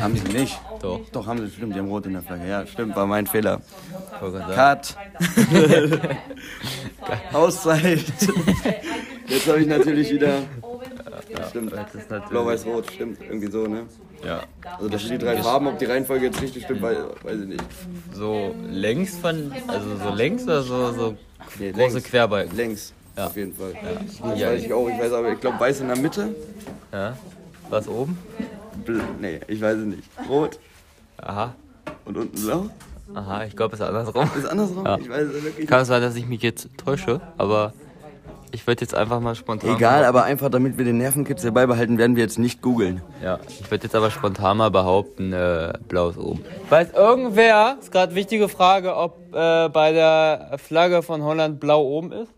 Speaker 4: Haben sie nicht.
Speaker 2: Doch.
Speaker 4: Doch, haben sie, stimmt, die haben rot in der Flagge. Ja, stimmt, war mein Fehler.
Speaker 2: Wollte gerade sagen. *laughs*
Speaker 4: Cut. Auszeit. Jetzt habe ich natürlich wieder. Stimmt, blau-weiß-rot, stimmt, irgendwie so, ne?
Speaker 2: Ja.
Speaker 4: Also das sind die drei Farben, ob die Reihenfolge jetzt richtig stimmt, weiß, weiß ich nicht.
Speaker 2: So längs von, also so längs oder so, so
Speaker 4: Nee,
Speaker 2: große
Speaker 4: längs.
Speaker 2: Querbalken.
Speaker 4: Längs,
Speaker 2: Ja.
Speaker 4: auf jeden Fall. Das weiß ich auch, ich weiß aber, ich glaube weiß in der Mitte.
Speaker 2: Ja. Was oben?
Speaker 4: Bl nee, ich weiß es nicht. Rot
Speaker 2: Aha.
Speaker 4: und unten blau.
Speaker 2: Aha, ich glaube, es ist andersrum.
Speaker 4: Ist andersrum?
Speaker 2: Ja.
Speaker 4: Ich weiß es wirklich nicht.
Speaker 2: Kann es sein, dass ich mich jetzt täusche, aber ich würde jetzt einfach mal spontan.
Speaker 4: Egal, aber einfach damit wir den Nervenkitzel beibehalten, werden wir jetzt nicht googeln.
Speaker 2: Ja, ich würde jetzt aber spontan mal behaupten, äh, blau ist oben.
Speaker 6: Weiß irgendwer, ist gerade wichtige Frage, ob äh, bei der Flagge von Holland blau oben ist?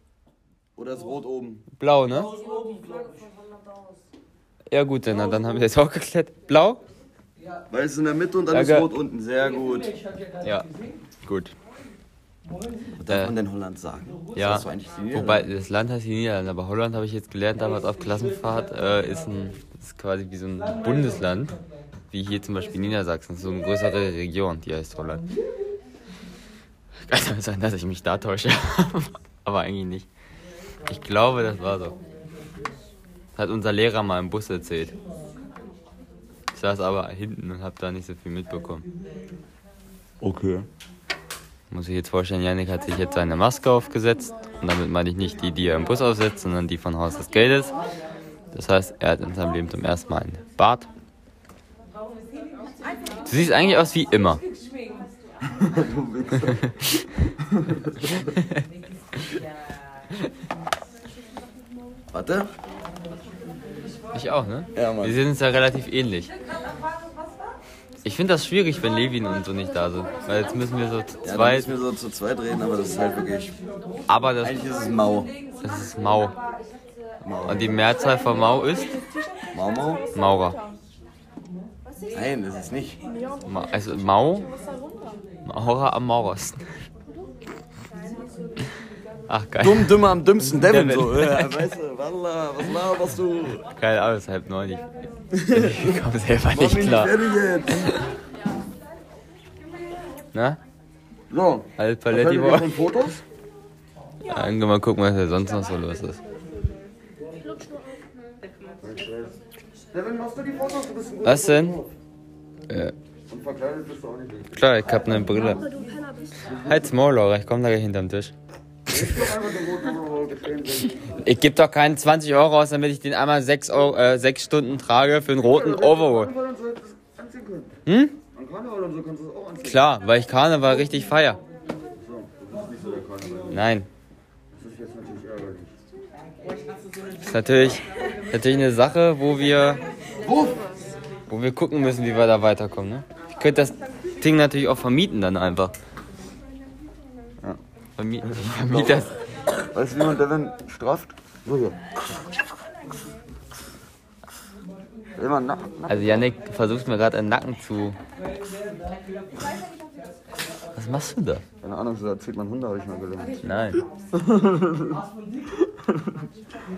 Speaker 4: Oder ist rot oben?
Speaker 6: Blau, ne? Ja gut, na, dann haben wir das auch geklärt. Blau?
Speaker 4: Weiß in der Mitte und dann ist
Speaker 6: ge-
Speaker 4: rot unten. Sehr gut.
Speaker 2: Ja, gut.
Speaker 4: Darf
Speaker 2: Äh,
Speaker 4: man denn Holland sagen?
Speaker 2: ja,
Speaker 4: das war eigentlich die Niederlande.
Speaker 2: wobei das Land heißt die Niederlande, aber Holland habe ich jetzt gelernt damals auf Klassenfahrt, äh, ist, ein, ist quasi wie so ein Bundesland, wie hier zum Beispiel Niedersachsen, so eine größere Region, die heißt Holland. Kann aber sein, dass ich mich da täusche, *laughs* aber eigentlich nicht. Ich glaube, das war so. Das hat unser Lehrer mal im Bus erzählt. Ich saß aber hinten und habe da nicht so viel mitbekommen.
Speaker 4: Okay.
Speaker 2: Muss ich jetzt vorstellen, Janik hat sich jetzt seine Maske aufgesetzt. Und damit meine ich nicht die, die er im Bus aufsetzt, sondern die von Haus des Geldes. Das heißt, er hat in seinem Leben zum ersten Mal einen Bart. Du siehst eigentlich aus wie immer.
Speaker 4: Warte.
Speaker 2: Ich auch, ne?
Speaker 4: Ja, Mann.
Speaker 2: Wir sind uns ja relativ ähnlich. Ich finde das schwierig, wenn Levin und so nicht da sind. Weil jetzt müssen wir so zu
Speaker 4: Ja, dann
Speaker 2: zweit.
Speaker 4: müssen wir so zu zweit reden, aber das ist halt wirklich.
Speaker 2: Aber das,
Speaker 4: Eigentlich ist es Mau.
Speaker 2: das ist Mau.
Speaker 4: Mau.
Speaker 2: Und die Mehrzahl von Mau ist
Speaker 4: Mau Mau?
Speaker 2: Maurer.
Speaker 4: Nein, das ist nicht.
Speaker 2: Ma also Mau. Maurer am Maurersten. Ach geil.
Speaker 4: Dumm, dümmer am dümmsten Devin.
Speaker 2: Devin.
Speaker 4: So. *laughs* Ja, weißt du, wallah, was laberst du?
Speaker 2: Keine Ahnung, es ist halb neun. Ich, ich komme selber
Speaker 4: Mach mich
Speaker 2: nicht klar.
Speaker 4: fertig jetzt.
Speaker 2: Na?
Speaker 4: So,
Speaker 2: Halb
Speaker 4: was
Speaker 2: Paletti
Speaker 4: haltet ihr
Speaker 2: Boy.
Speaker 4: von Fotos?
Speaker 2: *laughs* Dann gehen wir mal gucken, was da sonst noch so los ist.
Speaker 4: Devin, machst du die Fotos? Du bist ein guter
Speaker 2: Was denn? Äh,
Speaker 4: und verkleidet bist du auch nicht.
Speaker 2: klar, ich hab ne Brille. Halt's Maul, Laura, ich komm da gleich hinterm Tisch. Ich geb doch keinen 20 Euro aus, damit ich den einmal 6, Euro, äh, sechs Stunden trage für einen roten Overall.
Speaker 4: Karneval und so hättest du das anziehen können. An Karneval und so kannst du das auch anziehen.
Speaker 2: Klar, weil ich Karneval richtig feier. Nein.
Speaker 4: Das ist jetzt natürlich ärgerlich.
Speaker 2: ist natürlich, natürlich eine Sache, wo wir, wo wir gucken müssen, wie wir da weiterkommen. Ne? Ich könnte das Ding natürlich auch vermieten dann einfach. Ja. Vermieten. Ich vermiete das.
Speaker 4: Weißt du, wie man Devin strafft? So hier. Immer nach.
Speaker 2: Also Yannick versucht mir gerade einen Nacken zu. Was machst du da?
Speaker 4: Keine Ahnung, so erzählt man Hunde, habe ich mal gelernt.
Speaker 2: Nein.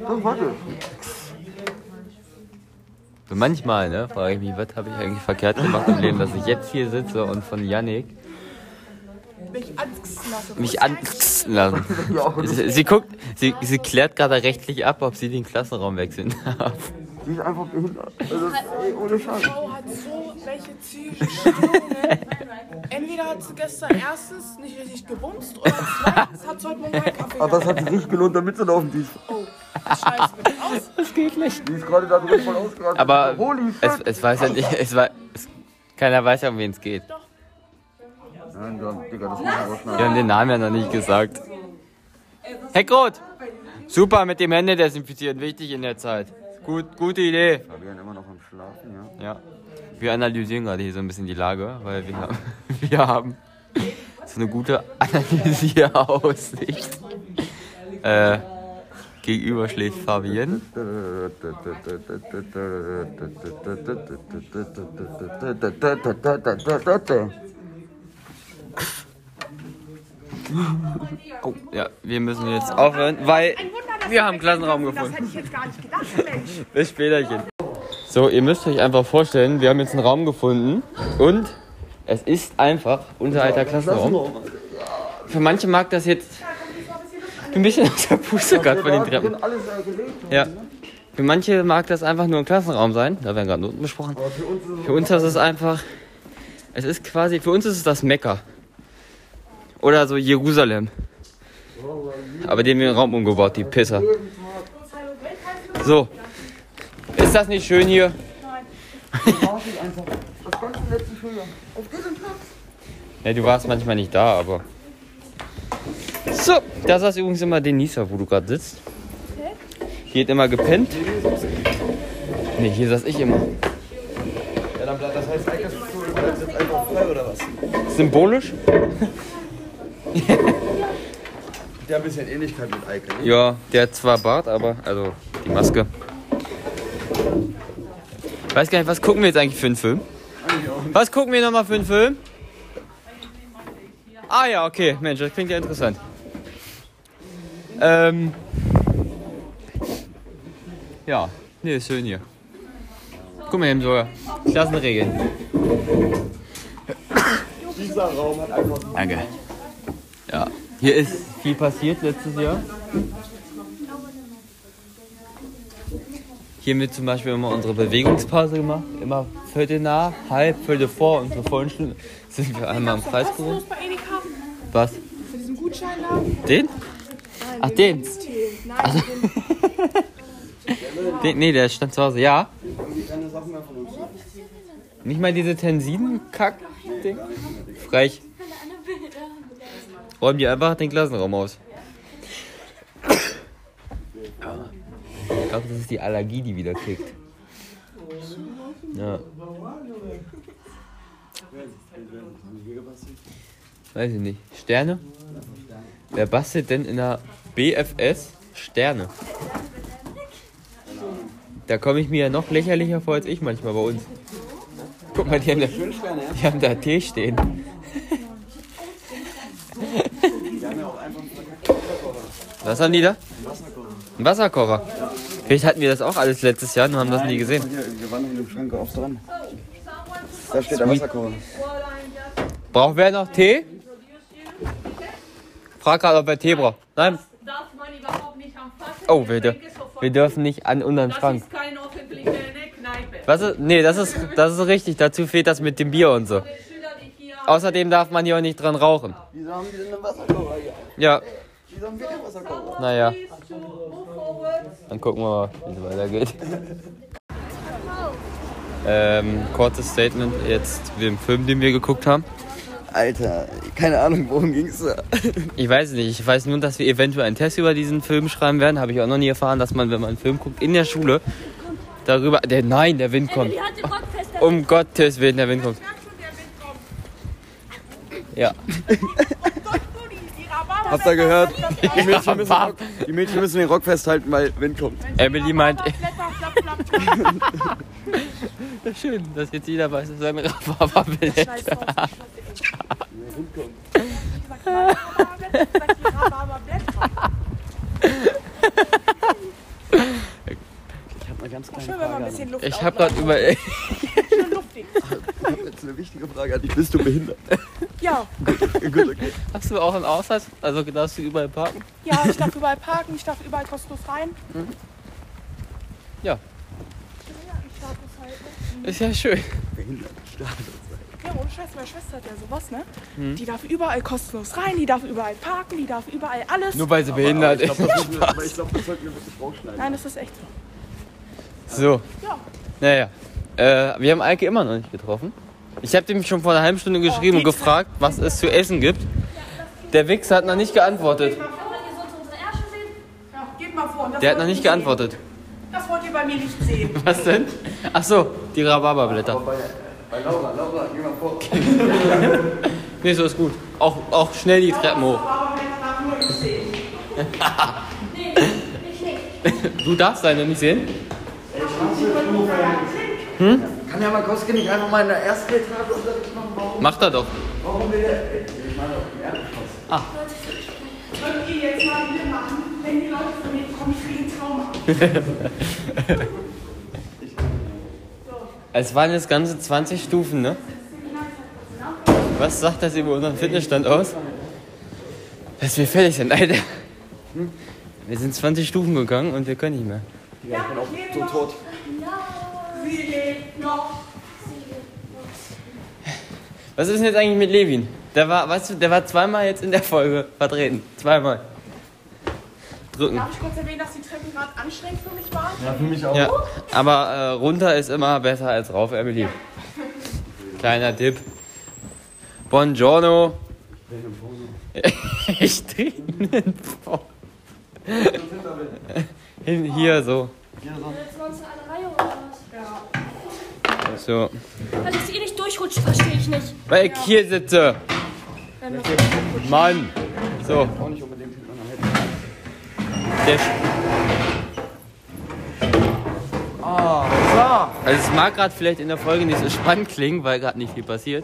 Speaker 4: Oh, warte.
Speaker 2: So manchmal, ne, frage ich mich, was habe ich eigentlich verkehrt gemacht im Leben, dass ich jetzt hier sitze und von Yannick mich anlassen. Sie, sie guckt, sie, sie klärt gerade rechtlich ab, ob sie den Klassenraum wechseln darf.
Speaker 4: Die ist einfach behindert. Also, ey, ohne Scheiß.
Speaker 8: Frau hat so welche Zielstörungen. Entweder hat sie gestern erstens nicht richtig gebumst oder zweitens hat sie heute Morgen keinen Kaffee
Speaker 4: Aber es
Speaker 8: gehabt.
Speaker 4: hat sich nicht gelohnt, da mitzulaufen. Die ist,
Speaker 8: Scheiße, mit aus.
Speaker 4: die ist gerade da drin voll ausgerastet.
Speaker 2: Aber
Speaker 4: Holy
Speaker 2: es,
Speaker 4: fuck.
Speaker 2: es weiß ja nicht, es weiß, es, keiner weiß ja, um wen es geht.
Speaker 4: Nein, John, Digga, das muss man rausschneiden.
Speaker 2: Wir haben den Namen ja noch nicht gesagt.
Speaker 6: Heckrot! Super, mit dem Hände desinfizieren, wichtig in der Zeit. Gut, gute Idee.
Speaker 4: Fabian immer noch am Schlafen, ja.
Speaker 2: Ja. Wir analysieren gerade hier so ein bisschen die Lage, weil wir
Speaker 6: *laughs*
Speaker 2: haben, wir haben so eine gute Analyseaussicht. Äh, Gegenüber schläft Fabienne. Oh, ja, wir müssen jetzt aufhören, weil wir haben einen Klassenraum gefunden.
Speaker 8: Das hätte ich jetzt gar nicht gedacht, Mensch.
Speaker 3: *laughs*
Speaker 2: Bis späterchen. So, ihr müsst euch einfach vorstellen, wir haben jetzt einen Raum gefunden und es ist einfach unser alter Klassenraum. Für manche mag das jetzt ein bisschen aus der Puste gerade von den Treppen. Ja. Für manche mag das einfach nur ein Klassenraum sein, da werden gerade Noten besprochen. Für uns ist es einfach, es ist quasi, für uns ist es das Mekka. Oder so Jerusalem. Aber die haben den Raum umgebaut, die Pisser. So, ist das nicht schön hier? Ja, du warst manchmal nicht da, aber. So, da saß übrigens immer Denisa, wo du gerade sitzt. Hier hat immer gepennt. Nee, hier saß ich immer.
Speaker 4: Ja, dann bleibt das heißt, Eike ist cool, bleibt jetzt einfach frei oder was?
Speaker 2: Symbolisch?
Speaker 4: Der hat ein bisschen Ähnlichkeit mit Eike. ne?
Speaker 2: Ja, der hat zwar Bart, aber. Also, die Maske. Weiß gar nicht, was gucken wir jetzt eigentlich für einen Film? Was gucken wir nochmal für einen Film? Ah ja, okay, Mensch, das klingt ja interessant. Ähm. Ja, nee, ist schön hier. Guck mal eben sogar. Klassenregeln. Danke. Ja, hier ist viel passiert letztes Jahr. Hier haben wir zum Beispiel immer unsere Bewegungspause gemacht. Immer Viertel nach, halb, Viertel vor und zur vollen Stunde sind wir einmal im Kreis
Speaker 8: Was ist
Speaker 2: gerufen.
Speaker 8: los bei Edeka?
Speaker 2: Was?
Speaker 8: Für diesen Gutschein da?
Speaker 2: Den? Ach, den.
Speaker 8: Tee. Nein,
Speaker 2: den? Nee, der stand zu Hause. Ja. Nicht mal diese Tensiden-Kack-Ding? Frech. Räumen die einfach den Klassenraum aus. Ich glaube, das ist die Allergie, die wieder kickt. Ja. Weiß ich nicht. Sterne? Wer bastelt denn in der BFS Sterne? Da komme ich mir ja noch lächerlicher vor als ich manchmal bei uns. Guck mal, die haben da, die haben da Tee stehen. Was haben die da? Ein Wasserkocher. Vielleicht hatten wir das auch alles letztes Jahr und haben das nie gesehen.
Speaker 4: Wir waren in dem Schrank oft dran. Da steht der Wasserkocher.
Speaker 2: Braucht wer noch Tee? Frag gerade, ob wer Tee braucht. Nein,
Speaker 3: Darf man überhaupt nicht anfassen?
Speaker 2: Oh, wir
Speaker 3: Getränke
Speaker 2: dür-
Speaker 3: sofort.
Speaker 2: wir dürfen nicht an unseren
Speaker 3: Das
Speaker 2: Schrank.
Speaker 3: ist keine offensichtliche Kneipe.
Speaker 2: Was ist, nee, das ist, das ist richtig. Dazu fehlt das mit dem Bier und so.
Speaker 3: Die Schüler, die hier
Speaker 2: Außerdem darf man hier auch nicht dran rauchen.
Speaker 4: Wieso haben die denn einen Wasserkocher hier?
Speaker 2: Ja,
Speaker 4: Wieso haben wir den Wasserkocher?
Speaker 2: naja,
Speaker 3: ist to move forward.
Speaker 2: dann gucken wir mal, wie es weitergeht.
Speaker 4: *laughs*
Speaker 2: Ähm, kurzes Statement jetzt zu dem Film, den wir geguckt haben.
Speaker 4: Alter, keine Ahnung, worum ging's da?
Speaker 2: Ich weiß nicht, ich weiß nur, dass wir eventuell einen Test über diesen Film schreiben werden. Habe ich auch noch nie erfahren, dass man, wenn man einen Film guckt, in der Schule darüber. Der, nein, der Wind kommt. Um Gottes Willen, der Wind kommt.
Speaker 8: *laughs*
Speaker 2: Ja.
Speaker 4: Habt ihr gehört? Die Mädchen, müssen, die Mädchen müssen den Rock festhalten, weil Wind kommt.
Speaker 2: Emily meint,
Speaker 8: Blätter, flapp, flapp, flapp.
Speaker 2: schön, dass jetzt jeder weiß, dass sein Rhabarber belegt.
Speaker 8: Scheiß drauf. Ich sag, die Rhabarber Blätter. Ich habe eine ganz kleine Schön, wenn man ein bisschen Luft
Speaker 2: Ich habe gerade über.
Speaker 8: Schön luftig.
Speaker 4: Ich hab jetzt eine wichtige Frage an dich. Bist du behindert?
Speaker 8: Ja,
Speaker 4: Gut, okay.
Speaker 2: Hast du auch einen Aussatz? Also darfst du überall parken?
Speaker 8: ja, ich darf überall parken, ich darf überall kostenlos rein.
Speaker 2: Ja.
Speaker 8: Ich darf es halt.
Speaker 2: Ist ja schön.
Speaker 8: Ja, ohne Scheiß, meine Schwester hat ja sowas, ne?
Speaker 2: Hm.
Speaker 8: Die darf überall kostenlos rein, die darf überall parken, die darf überall alles.
Speaker 2: Nur weil sie behindert ist.
Speaker 4: Aber ich glaube, das sollten wir wirklich rausschneiden.
Speaker 8: Nein, das ist echt so.
Speaker 2: So.
Speaker 8: Ja.
Speaker 2: Naja. Äh, wir haben Eike immer noch nicht getroffen. Ich habe dem schon vor einer halben Stunde geschrieben und
Speaker 8: geht's
Speaker 2: gefragt, was es zu essen gibt. Der Wichser hat noch nicht geantwortet.
Speaker 8: Ja, geht mal vor. Das
Speaker 2: Der hat
Speaker 8: wollt
Speaker 2: noch
Speaker 8: ihr
Speaker 2: nicht geantwortet.
Speaker 8: Sehen. Das wollt ihr bei mir nicht sehen.
Speaker 2: Was denn? Ach so, die Rhabarberblätter.
Speaker 4: Bei Laura, Laura, geh mal vor.
Speaker 2: Nee, so ist gut. Auch, auch schnell die Treppen hoch.
Speaker 3: Ich nicht.
Speaker 6: Du darfst deine nicht sehen? Hm?
Speaker 4: Kann der Makowski nicht einfach mal in der ersten Etage Unterricht machen? Warum,
Speaker 6: Macht er doch.
Speaker 4: warum will der... Ich meine, auf dem Erdgeschoss.
Speaker 8: Könnt ihr jetzt mal wieder machen, wenn die Leute von mir kommen, ich kriege ein Trauma.
Speaker 6: Es waren jetzt ganze 20 Stufen, ne? Was sagt das über unseren Fitnessstand aus? Dass wir fertig sind, Alter. Wir sind 20 Stufen gegangen und wir können nicht mehr.
Speaker 8: Sie lebt noch.
Speaker 6: Was ist denn jetzt eigentlich mit Levin? Der war, weißt du, der war zweimal jetzt in der Folge vertreten. Zweimal. Drücken.
Speaker 8: Darf ich kurz erwähnen, dass die Treppe gerade anstrengend für mich war?
Speaker 6: Ja. Aber äh, runter ist immer besser als rauf, Emily. Kleiner Tipp.
Speaker 2: *laughs*
Speaker 6: Buongiorno. ich trinke einen Pfau. Hin, hier so.
Speaker 9: Setzen wir uns in eine Reihe oder was?
Speaker 6: So.
Speaker 9: Weil ich eh nicht durchrutsche, verstehe ich nicht.
Speaker 6: Weil ich hier sitze. Mann. So. Der Sch- Also es mag gerade vielleicht in der Folge nicht so spannend klingen, weil gerade nicht viel passiert.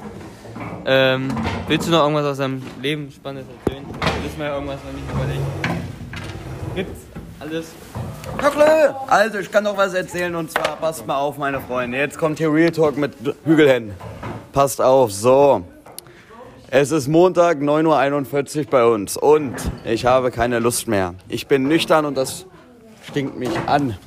Speaker 6: Ähm, willst du noch irgendwas aus deinem Leben Spannendes erzählen? Wissen wir ja irgendwas noch nicht über dich. Gibt's alles?
Speaker 4: Jockel! Also, ich kann noch was erzählen und zwar, passt mal auf, meine Freunde. Jetzt kommt hier Real Talk mit Hügelhennen. Passt auf, so. Es ist Montag, 9.41 Uhr bei uns und ich habe keine Lust mehr. Ich bin nüchtern und das stinkt mich an.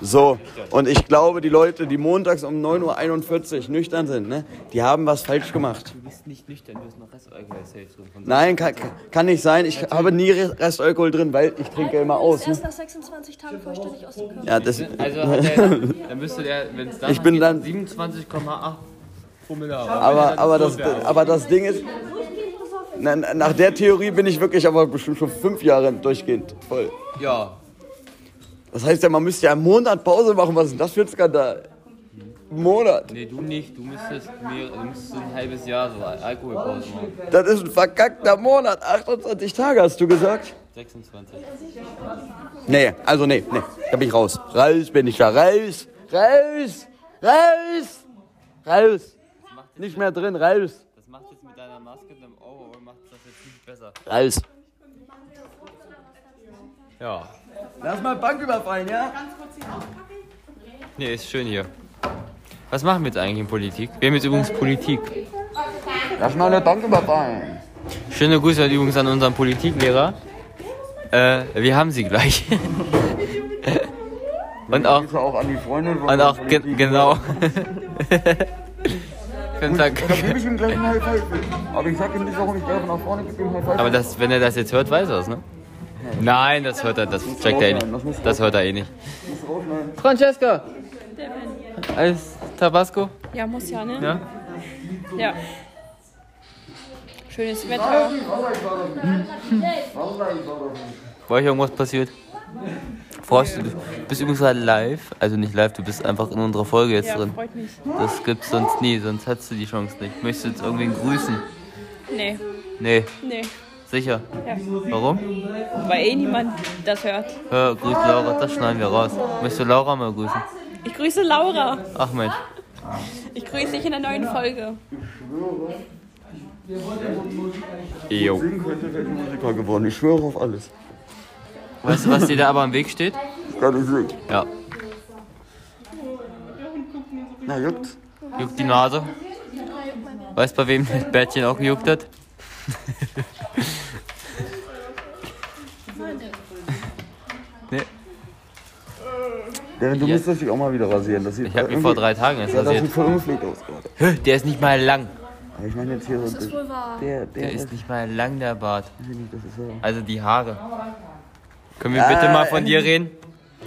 Speaker 4: So, und ich glaube, die Leute, die montags um 9.41 Uhr nüchtern sind, ne, die haben was falsch gemacht.
Speaker 2: Du bist nicht nüchtern, du hast noch Restalkohol safe drin. Von
Speaker 4: Nein, kann, kann nicht sein. Ich habe nie Re- Restalkohol drin, weil ich trinke immer aus. Ne?
Speaker 9: Erst nach 26 Tagen vollständig aus dem Körper.
Speaker 4: Ja, das,
Speaker 2: Also hat er, dann müsste der, wenn es da
Speaker 4: Ich bin dann-
Speaker 2: 27,8 Promille haben.
Speaker 4: Aber, aber, das, aber das Ding ist. Na, na- nach der Theorie bin ich wirklich aber bestimmt schon fünf Jahre durchgehend voll.
Speaker 2: Ja.
Speaker 4: Das heißt ja, man müsste ja einen Monat Pause machen. Was ist denn das für ein Skandal? Ein Monat.
Speaker 2: Nee, du nicht. Du müsstest, mehr, du müsstest ein halbes Jahr so Alkoholpause machen.
Speaker 4: Das ist ein verkackter Monat. 28 Tage hast du gesagt?
Speaker 2: 26.
Speaker 4: Nee, also nee, nee. Da bin ich raus. Raus bin ich da. Raus. Raus. Raus. Raus. Nicht mehr drin. Raus.
Speaker 2: Das macht jetzt mit deiner Maske und deinem Overall macht das jetzt nicht besser.
Speaker 4: Raus.
Speaker 2: Ja.
Speaker 4: Lass mal Bank überfallen, ja?
Speaker 2: Nee, ist schön hier. Was machen wir jetzt eigentlich in Politik? Wir haben jetzt übrigens Politik.
Speaker 4: Lass mal eine Bank überfallen.
Speaker 2: Schöne Grüße übrigens an unseren Politiklehrer. Äh, wir haben sie gleich. *laughs* und auch,
Speaker 4: Grüße auch an die Freundin von
Speaker 2: und
Speaker 4: der
Speaker 2: auch ge
Speaker 4: Politik.
Speaker 2: genau. *laughs* Fünf Tag-
Speaker 4: gebe ich ihm gleich einen High Five. Aber ich sag ihm nicht, warum ich gerne nach vorne gebe ihm High Five.
Speaker 2: Aber das, wenn er das jetzt hört, weiß er es, ne? Nein, das hört er, das checkt er eh nicht. Das hört er eh nicht. Francesca! Als Tabasco?
Speaker 10: Ja, muss ja, ne?
Speaker 2: Ja.
Speaker 10: Ja. Schönes Wetter.
Speaker 2: War hier irgendwas passiert? Frost, du bist übrigens gerade live, also nicht live, du bist einfach in unserer Folge jetzt
Speaker 10: Ja,
Speaker 2: drin.
Speaker 10: freut mich.
Speaker 2: Das gibt's sonst nie, sonst hättest du die Chance nicht. Möchtest du jetzt irgendwen grüßen?
Speaker 10: Nee,
Speaker 2: Nee,
Speaker 10: nee.
Speaker 2: sicher.
Speaker 10: Ja.
Speaker 2: Warum?
Speaker 10: Weil eh niemand das hört.
Speaker 2: Hör, grüß Laura, das schneiden wir raus. Möchtest du Laura mal grüßen?
Speaker 10: Ich grüße Laura.
Speaker 2: Ach Mensch.
Speaker 10: Ich grüße dich in der neuen Folge.
Speaker 2: Jo.
Speaker 4: Musiker geworden, ich schwöre auf alles.
Speaker 2: Weißt du, was dir da aber im Weg steht?
Speaker 4: Kann ich sehen.
Speaker 2: Ja.
Speaker 4: Na, juckt.
Speaker 2: Juckt die Nase. Weißt bei wem das Bärtchen auch gejuckt hat?
Speaker 4: Darren, du
Speaker 2: Ja.
Speaker 4: müsstest dich auch mal wieder rasieren. Das sieht
Speaker 2: Ich hab mich vor drei Tagen erst
Speaker 4: Ja, das sieht
Speaker 2: rasiert.
Speaker 4: voll ungepflegt aus gerade.
Speaker 2: Der ist nicht mal lang.
Speaker 4: Aber ich meine jetzt hier so... Der,
Speaker 9: Wohl wahr.
Speaker 4: der,
Speaker 2: Der ist nicht mal lang, der Bart.
Speaker 4: das ist so.
Speaker 2: Also die Haare. Können wir bitte mal
Speaker 4: ähm,
Speaker 2: von dir reden?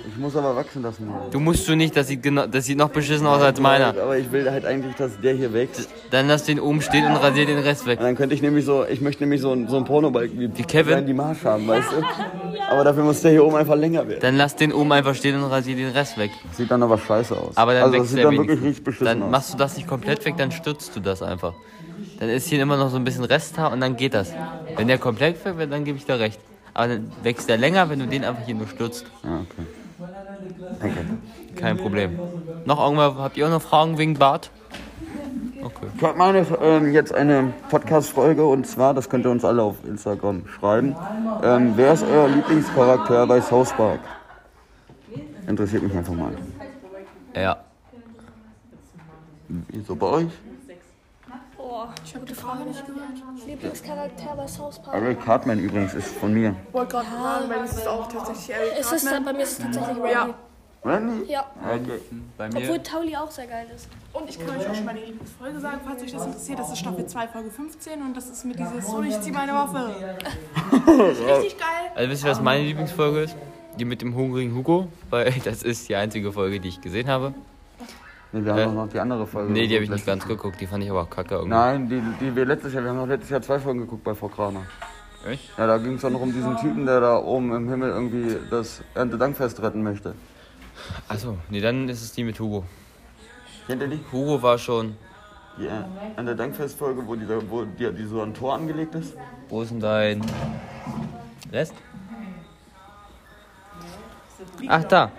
Speaker 4: Ich muss aber wachsen lassen. Mann.
Speaker 2: Du musst du nicht, das sieht, genau, das sieht noch beschissen aus als meiner.
Speaker 4: Aber ich will halt eigentlich, dass der hier wächst.
Speaker 2: Dann lass den oben stehen und rasier den Rest weg.
Speaker 4: Und dann könnte ich nämlich so... Ich möchte nämlich so, ein- so einen Pornobalken wie, wie
Speaker 2: Kevin?
Speaker 4: die Marsch haben, weißt du? Aber dafür muss der hier oben einfach länger werden.
Speaker 2: Dann lass den oben einfach stehen und rasier den Rest weg.
Speaker 4: Sieht dann aber scheiße aus.
Speaker 2: Aber dann
Speaker 4: also, das
Speaker 2: wächst
Speaker 4: sieht
Speaker 2: er
Speaker 4: dann wirklich
Speaker 2: wenigstens.
Speaker 4: richtig beschissen
Speaker 2: Dann
Speaker 4: aus.
Speaker 2: machst du das nicht komplett weg, dann stürzt du das einfach. Dann ist hier immer noch so ein bisschen Resthaar und dann geht das. Wenn der komplett weg wird, dann gebe ich dir recht. Aber dann wächst der länger, wenn du den einfach hier nur stürzt.
Speaker 4: Ja, Ah, okay.
Speaker 11: Danke. Kein Problem. Noch irgendwas? Habt ihr auch noch Fragen wegen Bart? Okay.
Speaker 4: Ich habe meine ähm, jetzt eine Podcast-Folge und zwar, das könnt ihr uns alle auf Instagram schreiben. Ähm, wer ist euer Lieblingscharakter bei South Park? Interessiert mich einfach mal.
Speaker 11: Ja.
Speaker 4: So bei euch?
Speaker 7: Oh, ich habe die Frage nicht gehört. Lieblingscharakter bei South Park.
Speaker 4: Eric Cartman übrigens ist von mir.
Speaker 7: Wollte gerade
Speaker 8: fragen, Also, weil es ist auch tatsächlich Eric
Speaker 7: Es ist,
Speaker 8: Cartman.
Speaker 7: bei mir ist es tatsächlich Randy.
Speaker 8: Ja.
Speaker 4: Randy?
Speaker 7: Ja.
Speaker 11: Bei
Speaker 7: Obwohl Tauli auch sehr geil ist.
Speaker 8: Und ich kann euch auch schon meine Lieblingsfolge sagen, falls euch das interessiert. Das ist Staffel 2, Folge 15 und das ist mit dieses So, ich zieh meine Waffe. Richtig geil.
Speaker 11: Also wisst ihr, was meine Lieblingsfolge ist? Die mit dem hungrigen Hugo, weil *laughs* das ist die einzige Folge, die ich gesehen habe.
Speaker 4: Nee, wir haben auch noch die andere Folge.
Speaker 11: Nee, die habe ich nicht ganz geguckt, die fand ich aber auch kacke irgendwie.
Speaker 4: Nein, die, die wir letztes Jahr, wir haben noch letztes Jahr zwei Folgen geguckt bei Frau Kramer.
Speaker 11: Echt?
Speaker 4: Ja, da ging es auch noch um diesen Typen, der da oben im Himmel irgendwie das Erntedankfest retten möchte.
Speaker 11: Achso, nee, dann ist es die mit Hugo.
Speaker 4: Kennt ihr die?
Speaker 11: Hugo war schon.
Speaker 4: Die Erntedankfest-Folge, wo, dieser, wo die, die so ein Tor angelegt ist.
Speaker 11: Wo ist denn dein Rest? Ach da.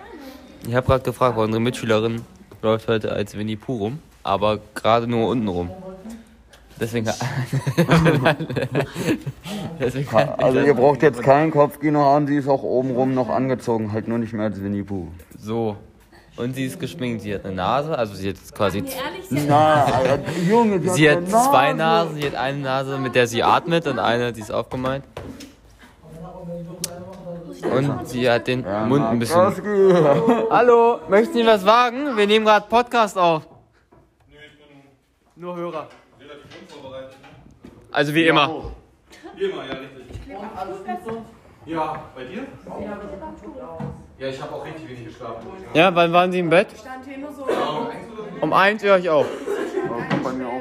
Speaker 11: Ich habe gerade gefragt, weil unsere Mitschülerin läuft heute als Winnie Pooh rum, aber gerade nur unten rum.
Speaker 4: *laughs*
Speaker 11: Deswegen. *laughs* Deswegen
Speaker 4: Also ihr braucht jetzt kein Kopfkino haben, sie ist auch obenrum noch angezogen, halt nur nicht mehr als Winnie Pooh.
Speaker 11: So. Und sie ist geschminkt. Sie hat eine Nase, also sie hat
Speaker 12: Nee,
Speaker 11: quasi.
Speaker 12: ehrlich, sie
Speaker 8: Ah,
Speaker 4: Na, Alter, die Ah, Junge, die
Speaker 11: Sie hat
Speaker 4: eine
Speaker 11: zwei
Speaker 4: Nase.
Speaker 11: Nasen. Sie hat eine Nase, mit der sie atmet, und eine, die ist aufgemalt. Und sie hat den Mund ein bisschen. Hallo, möchten Sie was wagen? Wir nehmen gerade Podcast auf.
Speaker 2: Nur Hörer.
Speaker 11: Also wie immer.
Speaker 1: Immer, ja, richtig. Und alles gut so? Ja, bei dir? Ja, ich habe auch richtig wenig geschlafen.
Speaker 2: Ja, wann waren Sie im Bett? Um eins höre ich auf.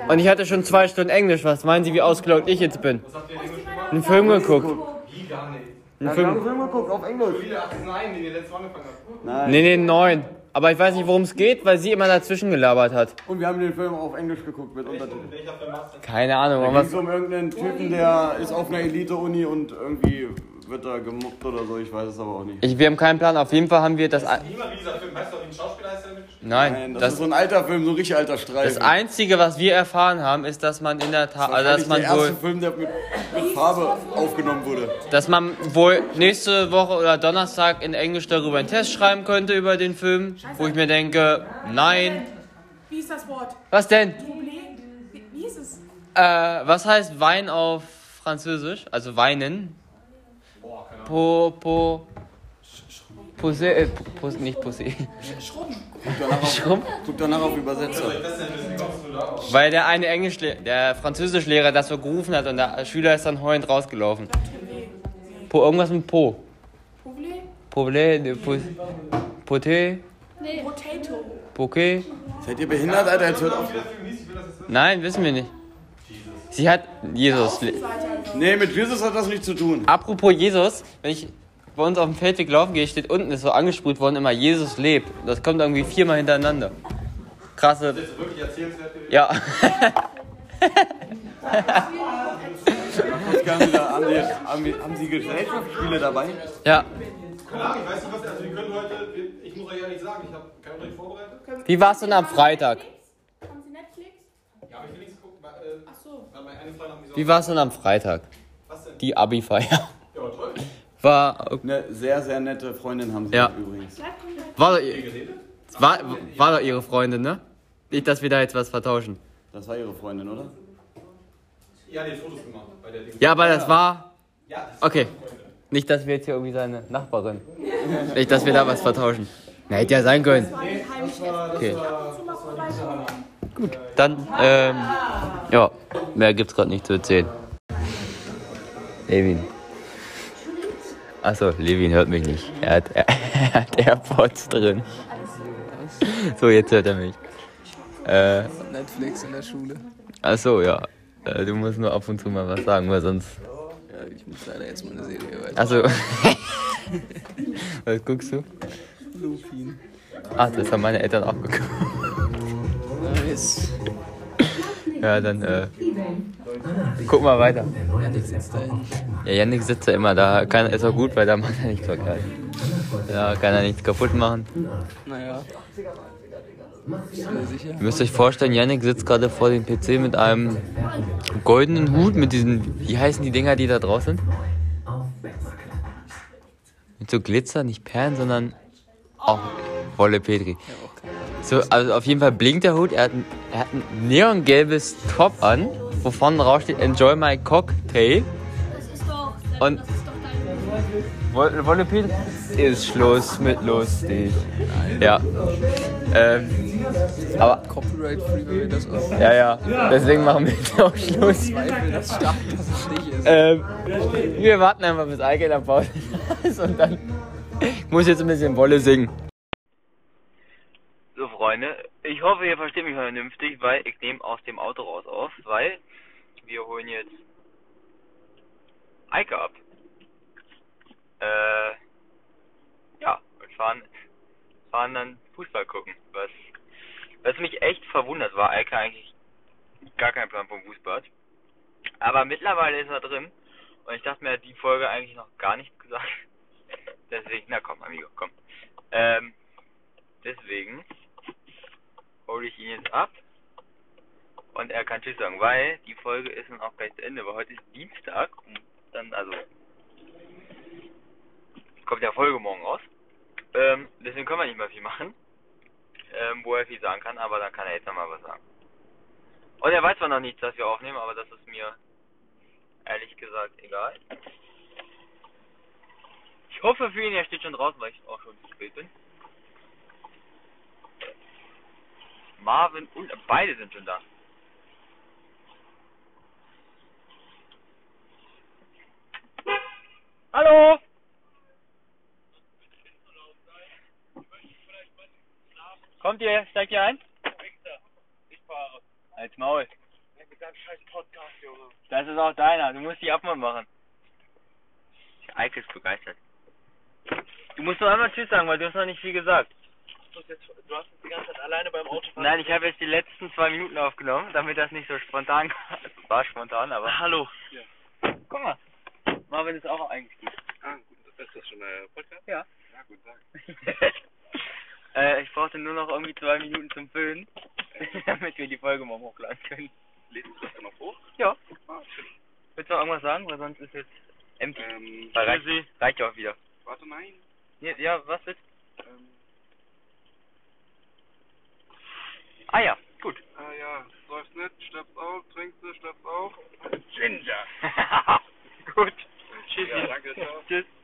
Speaker 2: Und ich hatte schon zwei Stunden Englisch. Was meinen Sie, wie ausgelaugt ich jetzt bin? Einen Film geguckt.
Speaker 1: Wie gar nicht.
Speaker 2: Einen
Speaker 4: Wir haben einen
Speaker 2: Film.
Speaker 4: Film geguckt, auf Englisch.
Speaker 1: Wieder 18 Nein, den ihr letztes Mal angefangen habt.
Speaker 2: Nee, nee, neun. Aber ich weiß nicht, worum es geht, weil sie immer dazwischen gelabert hat.
Speaker 4: Und wir haben den Film auf Englisch geguckt mit Untertiteln.
Speaker 2: Keine Ahnung,
Speaker 4: Da
Speaker 2: aber
Speaker 4: ging es
Speaker 2: was.
Speaker 4: um irgendeinen Typen, der ist auf einer Elite-Uni und irgendwie wird da gemobbt oder so, ich weiß es aber auch nicht.
Speaker 2: Ich, wir haben keinen Plan. Auf jeden Fall haben wir das. ein-
Speaker 1: Niemand wie dieser Film. Weißt du, wie ein Schauspieler heißt der mitgespielt?
Speaker 2: Nein,
Speaker 4: das,
Speaker 2: das,
Speaker 4: ist so ein alter Film, so ein richtig alter Streifen.
Speaker 2: das Einzige, was wir erfahren haben, ist, dass man in der Tat. Also,
Speaker 4: Wahrscheinlich
Speaker 2: dass man
Speaker 4: der erste
Speaker 2: wohl.
Speaker 4: Film, der mit, mit Farbe aufgenommen wurde.
Speaker 2: dass man wohl nächste Woche oder Donnerstag in Englisch darüber einen Test schreiben könnte über den Film, wo ich mir denke, nein.
Speaker 8: Wie hieß das Wort?
Speaker 2: Was denn?
Speaker 8: Doublé? Wie wie hieß es?
Speaker 2: Äh, was heißt Wein auf Französisch? Also weinen? Po, po, Posé, äh, pos, nicht Posé. Schrumpf?
Speaker 4: Guck danach auf Übersetzer.
Speaker 2: Weil der eine Englisch, der Französischlehrer das so gerufen hat und der Schüler ist dann heulend rausgelaufen. Po, irgendwas mit Po.
Speaker 8: Doublé?
Speaker 2: Poblé, ne, po, Poté,
Speaker 8: Nee. Potato.
Speaker 2: Poké.
Speaker 4: Seid ihr behindert, Alter? Jetzt hört auf.
Speaker 2: Nein, wissen wir nicht. Sie hat Jesus.
Speaker 4: Nee, mit Jesus hat das nichts zu tun.
Speaker 2: Apropos Jesus, wenn ich bei uns auf dem Feldweg laufen gehe, steht unten, ist so angesprüht worden, immer Jesus lebt. Das kommt irgendwie viermal hintereinander. Krasse.
Speaker 1: Wirklich erzählenswert.
Speaker 2: Ja.
Speaker 4: Jetzt kann wieder, haben, die, haben, die, haben Sie Gesellschaftsspiele dabei?
Speaker 2: Ja.
Speaker 1: Klar, ich weiß nicht, was. Also, wir können heute. wir- Ich muss euch ehrlich sagen, ich habe keinen Unterricht vorbereitet.
Speaker 2: Wie war's denn am Freitag?
Speaker 8: Haben Sie Netflix?
Speaker 1: Ja, aber ich will nichts gucken. weil, Äh, Ach so. Meine Freunde haben mich so.
Speaker 2: Wie war's denn am Freitag?
Speaker 1: Was denn? *laughs*
Speaker 2: Die Abi-Feier.
Speaker 1: Ja, toll.
Speaker 2: War,
Speaker 4: Eine sehr, sehr nette Freundin haben Sie
Speaker 2: Ja.
Speaker 4: übrigens.
Speaker 2: war, doch, ihr- war, war doch ihre Freundin, ne? Nicht, dass wir da jetzt was vertauschen.
Speaker 4: Das war Ihre Freundin, oder?
Speaker 1: Ja, die hat Fotos gemacht bei der Ding.
Speaker 2: Ja, aber das war.
Speaker 1: Ja, das ist
Speaker 2: Okay. Nicht, dass wir jetzt hier irgendwie seine Nachbarin. Nicht, dass wir da was vertauschen. Na, hätte ja sein können. Okay.
Speaker 1: Äh,
Speaker 2: Gut, dann, ähm, ja, mehr gibt's gerade nicht zu erzählen. Levin. Achso, Levin hört mich nicht. Er hat, er, *laughs* hat AirPods drin. So, jetzt hört er mich. Äh,
Speaker 5: Netflix in der Schule.
Speaker 2: achso, ja. Äh, Du musst nur ab und zu mal was sagen, weil sonst
Speaker 5: Ja, ich muss leider jetzt mal eine Serie weiter.
Speaker 2: Also. *laughs* Was guckst du? Ah,
Speaker 5: Lupin.
Speaker 2: Ach, das haben meine Eltern auch geguckt.
Speaker 5: Nice.
Speaker 2: Ja, dann äh, guck mal weiter.
Speaker 13: Janik sitzt da hinten.
Speaker 2: Ja, Yannick sitzt ja immer da. Kann, ist auch gut, weil da macht er nichts verkehrt. Da kann er nichts kaputt machen.
Speaker 5: Naja.
Speaker 2: Ihr müsst euch vorstellen, Yannick sitzt gerade vor dem PC mit einem goldenen Hut, mit diesen, wie heißen die Dinger, die da draußen sind? Mit so Glitzer, nicht Perlen, sondern auch Wolle Petri. So, also auf jeden Fall blinkt der Hut, er hat ein, er hat ein neongelbes Top an, wo vorne drauf steht Enjoy my Cocktail. Und Wolle Wolle Petri ist Schluss mit lustig. Ja. Ähm, aber
Speaker 5: Copyright free, wenn wir das auch.
Speaker 2: ja, ja. Deswegen machen wir jetzt auch Schluss.
Speaker 5: Zweifel, das stark, dass es nicht ist.
Speaker 2: Ähm, wir warten einfach, bis Eike da Pause *laughs* ist und dann. Ich muss jetzt ein bisschen Wolle singen.
Speaker 1: So, Freunde, ich hoffe, ihr versteht mich vernünftig, weil ich nehme aus dem Auto raus auf, weil wir holen jetzt Eike ab. Äh, ja, und fahren, fahren dann Fußball gucken. Was, was mich echt verwundert war, Eike eigentlich gar keinen Plan vom Fußball hat. Aber mittlerweile ist er drin und ich dachte mir, hat die Folge eigentlich noch gar nichts gesagt. *laughs* Deswegen, na komm, Amigo, komm. Ähm, deswegen hole ich ihn jetzt ab und er kann Tschüss sagen, weil die Folge ist dann auch gleich zu Ende, weil heute ist Dienstag und dann, also, kommt ja Folge morgen raus. Ähm, deswegen können wir nicht mehr viel machen, ähm, wo er viel sagen kann, aber dann kann er jetzt nochmal was sagen. Und er weiß zwar noch nicht, dass wir aufnehmen, aber das ist mir ehrlich gesagt egal. Ich hoffe für ihn, er steht schon draußen, weil ich auch schon zu spät bin. Marvin und beide sind schon da. Hallo! Kommt ihr, steigt ihr ein?
Speaker 14: Ich fahre.
Speaker 1: Als Maul.
Speaker 14: Mit deinem scheiß Podcast, Junge.
Speaker 1: Das ist auch deiner. Du musst die Abmann machen. Eike ist begeistert. Du musst noch einmal Tschüss sagen, weil du hast noch nicht viel gesagt.
Speaker 14: Ich muss jetzt, du hast uns die ganze Zeit alleine beim Autofahren.
Speaker 1: Nein, ich habe jetzt die letzten zwei Minuten aufgenommen, damit das nicht so spontan *laughs* war. spontan, aber.
Speaker 14: Hallo. Ja.
Speaker 1: Guck mal. Marvin ist auch eigentlich gut.
Speaker 14: Ah, gut, ist das schon der Podcast?
Speaker 1: Ja.
Speaker 14: Ja, guten Tag.
Speaker 1: *laughs* äh, ich brauchte nur noch irgendwie zwei Minuten zum Füllen, *laughs* damit wir die Folge morgen hochladen können.
Speaker 14: Lädst du das dann noch hoch?
Speaker 1: Ja.
Speaker 14: Ah, schön.
Speaker 1: Willst du noch irgendwas sagen? Weil sonst ist jetzt empty.
Speaker 14: Ähm,
Speaker 1: Weil reicht, reicht ja auch wieder.
Speaker 14: Warte, nein.
Speaker 1: Ja, ja was jetzt?
Speaker 14: Ähm,
Speaker 1: Ah ja, gut.
Speaker 14: ah ja, läuft's nicht, stirbst auch, trinkst du, stirbst auch. Ginger.
Speaker 1: gut. Tschüssi.
Speaker 14: Ja, danke, ciao.
Speaker 1: Tschüss.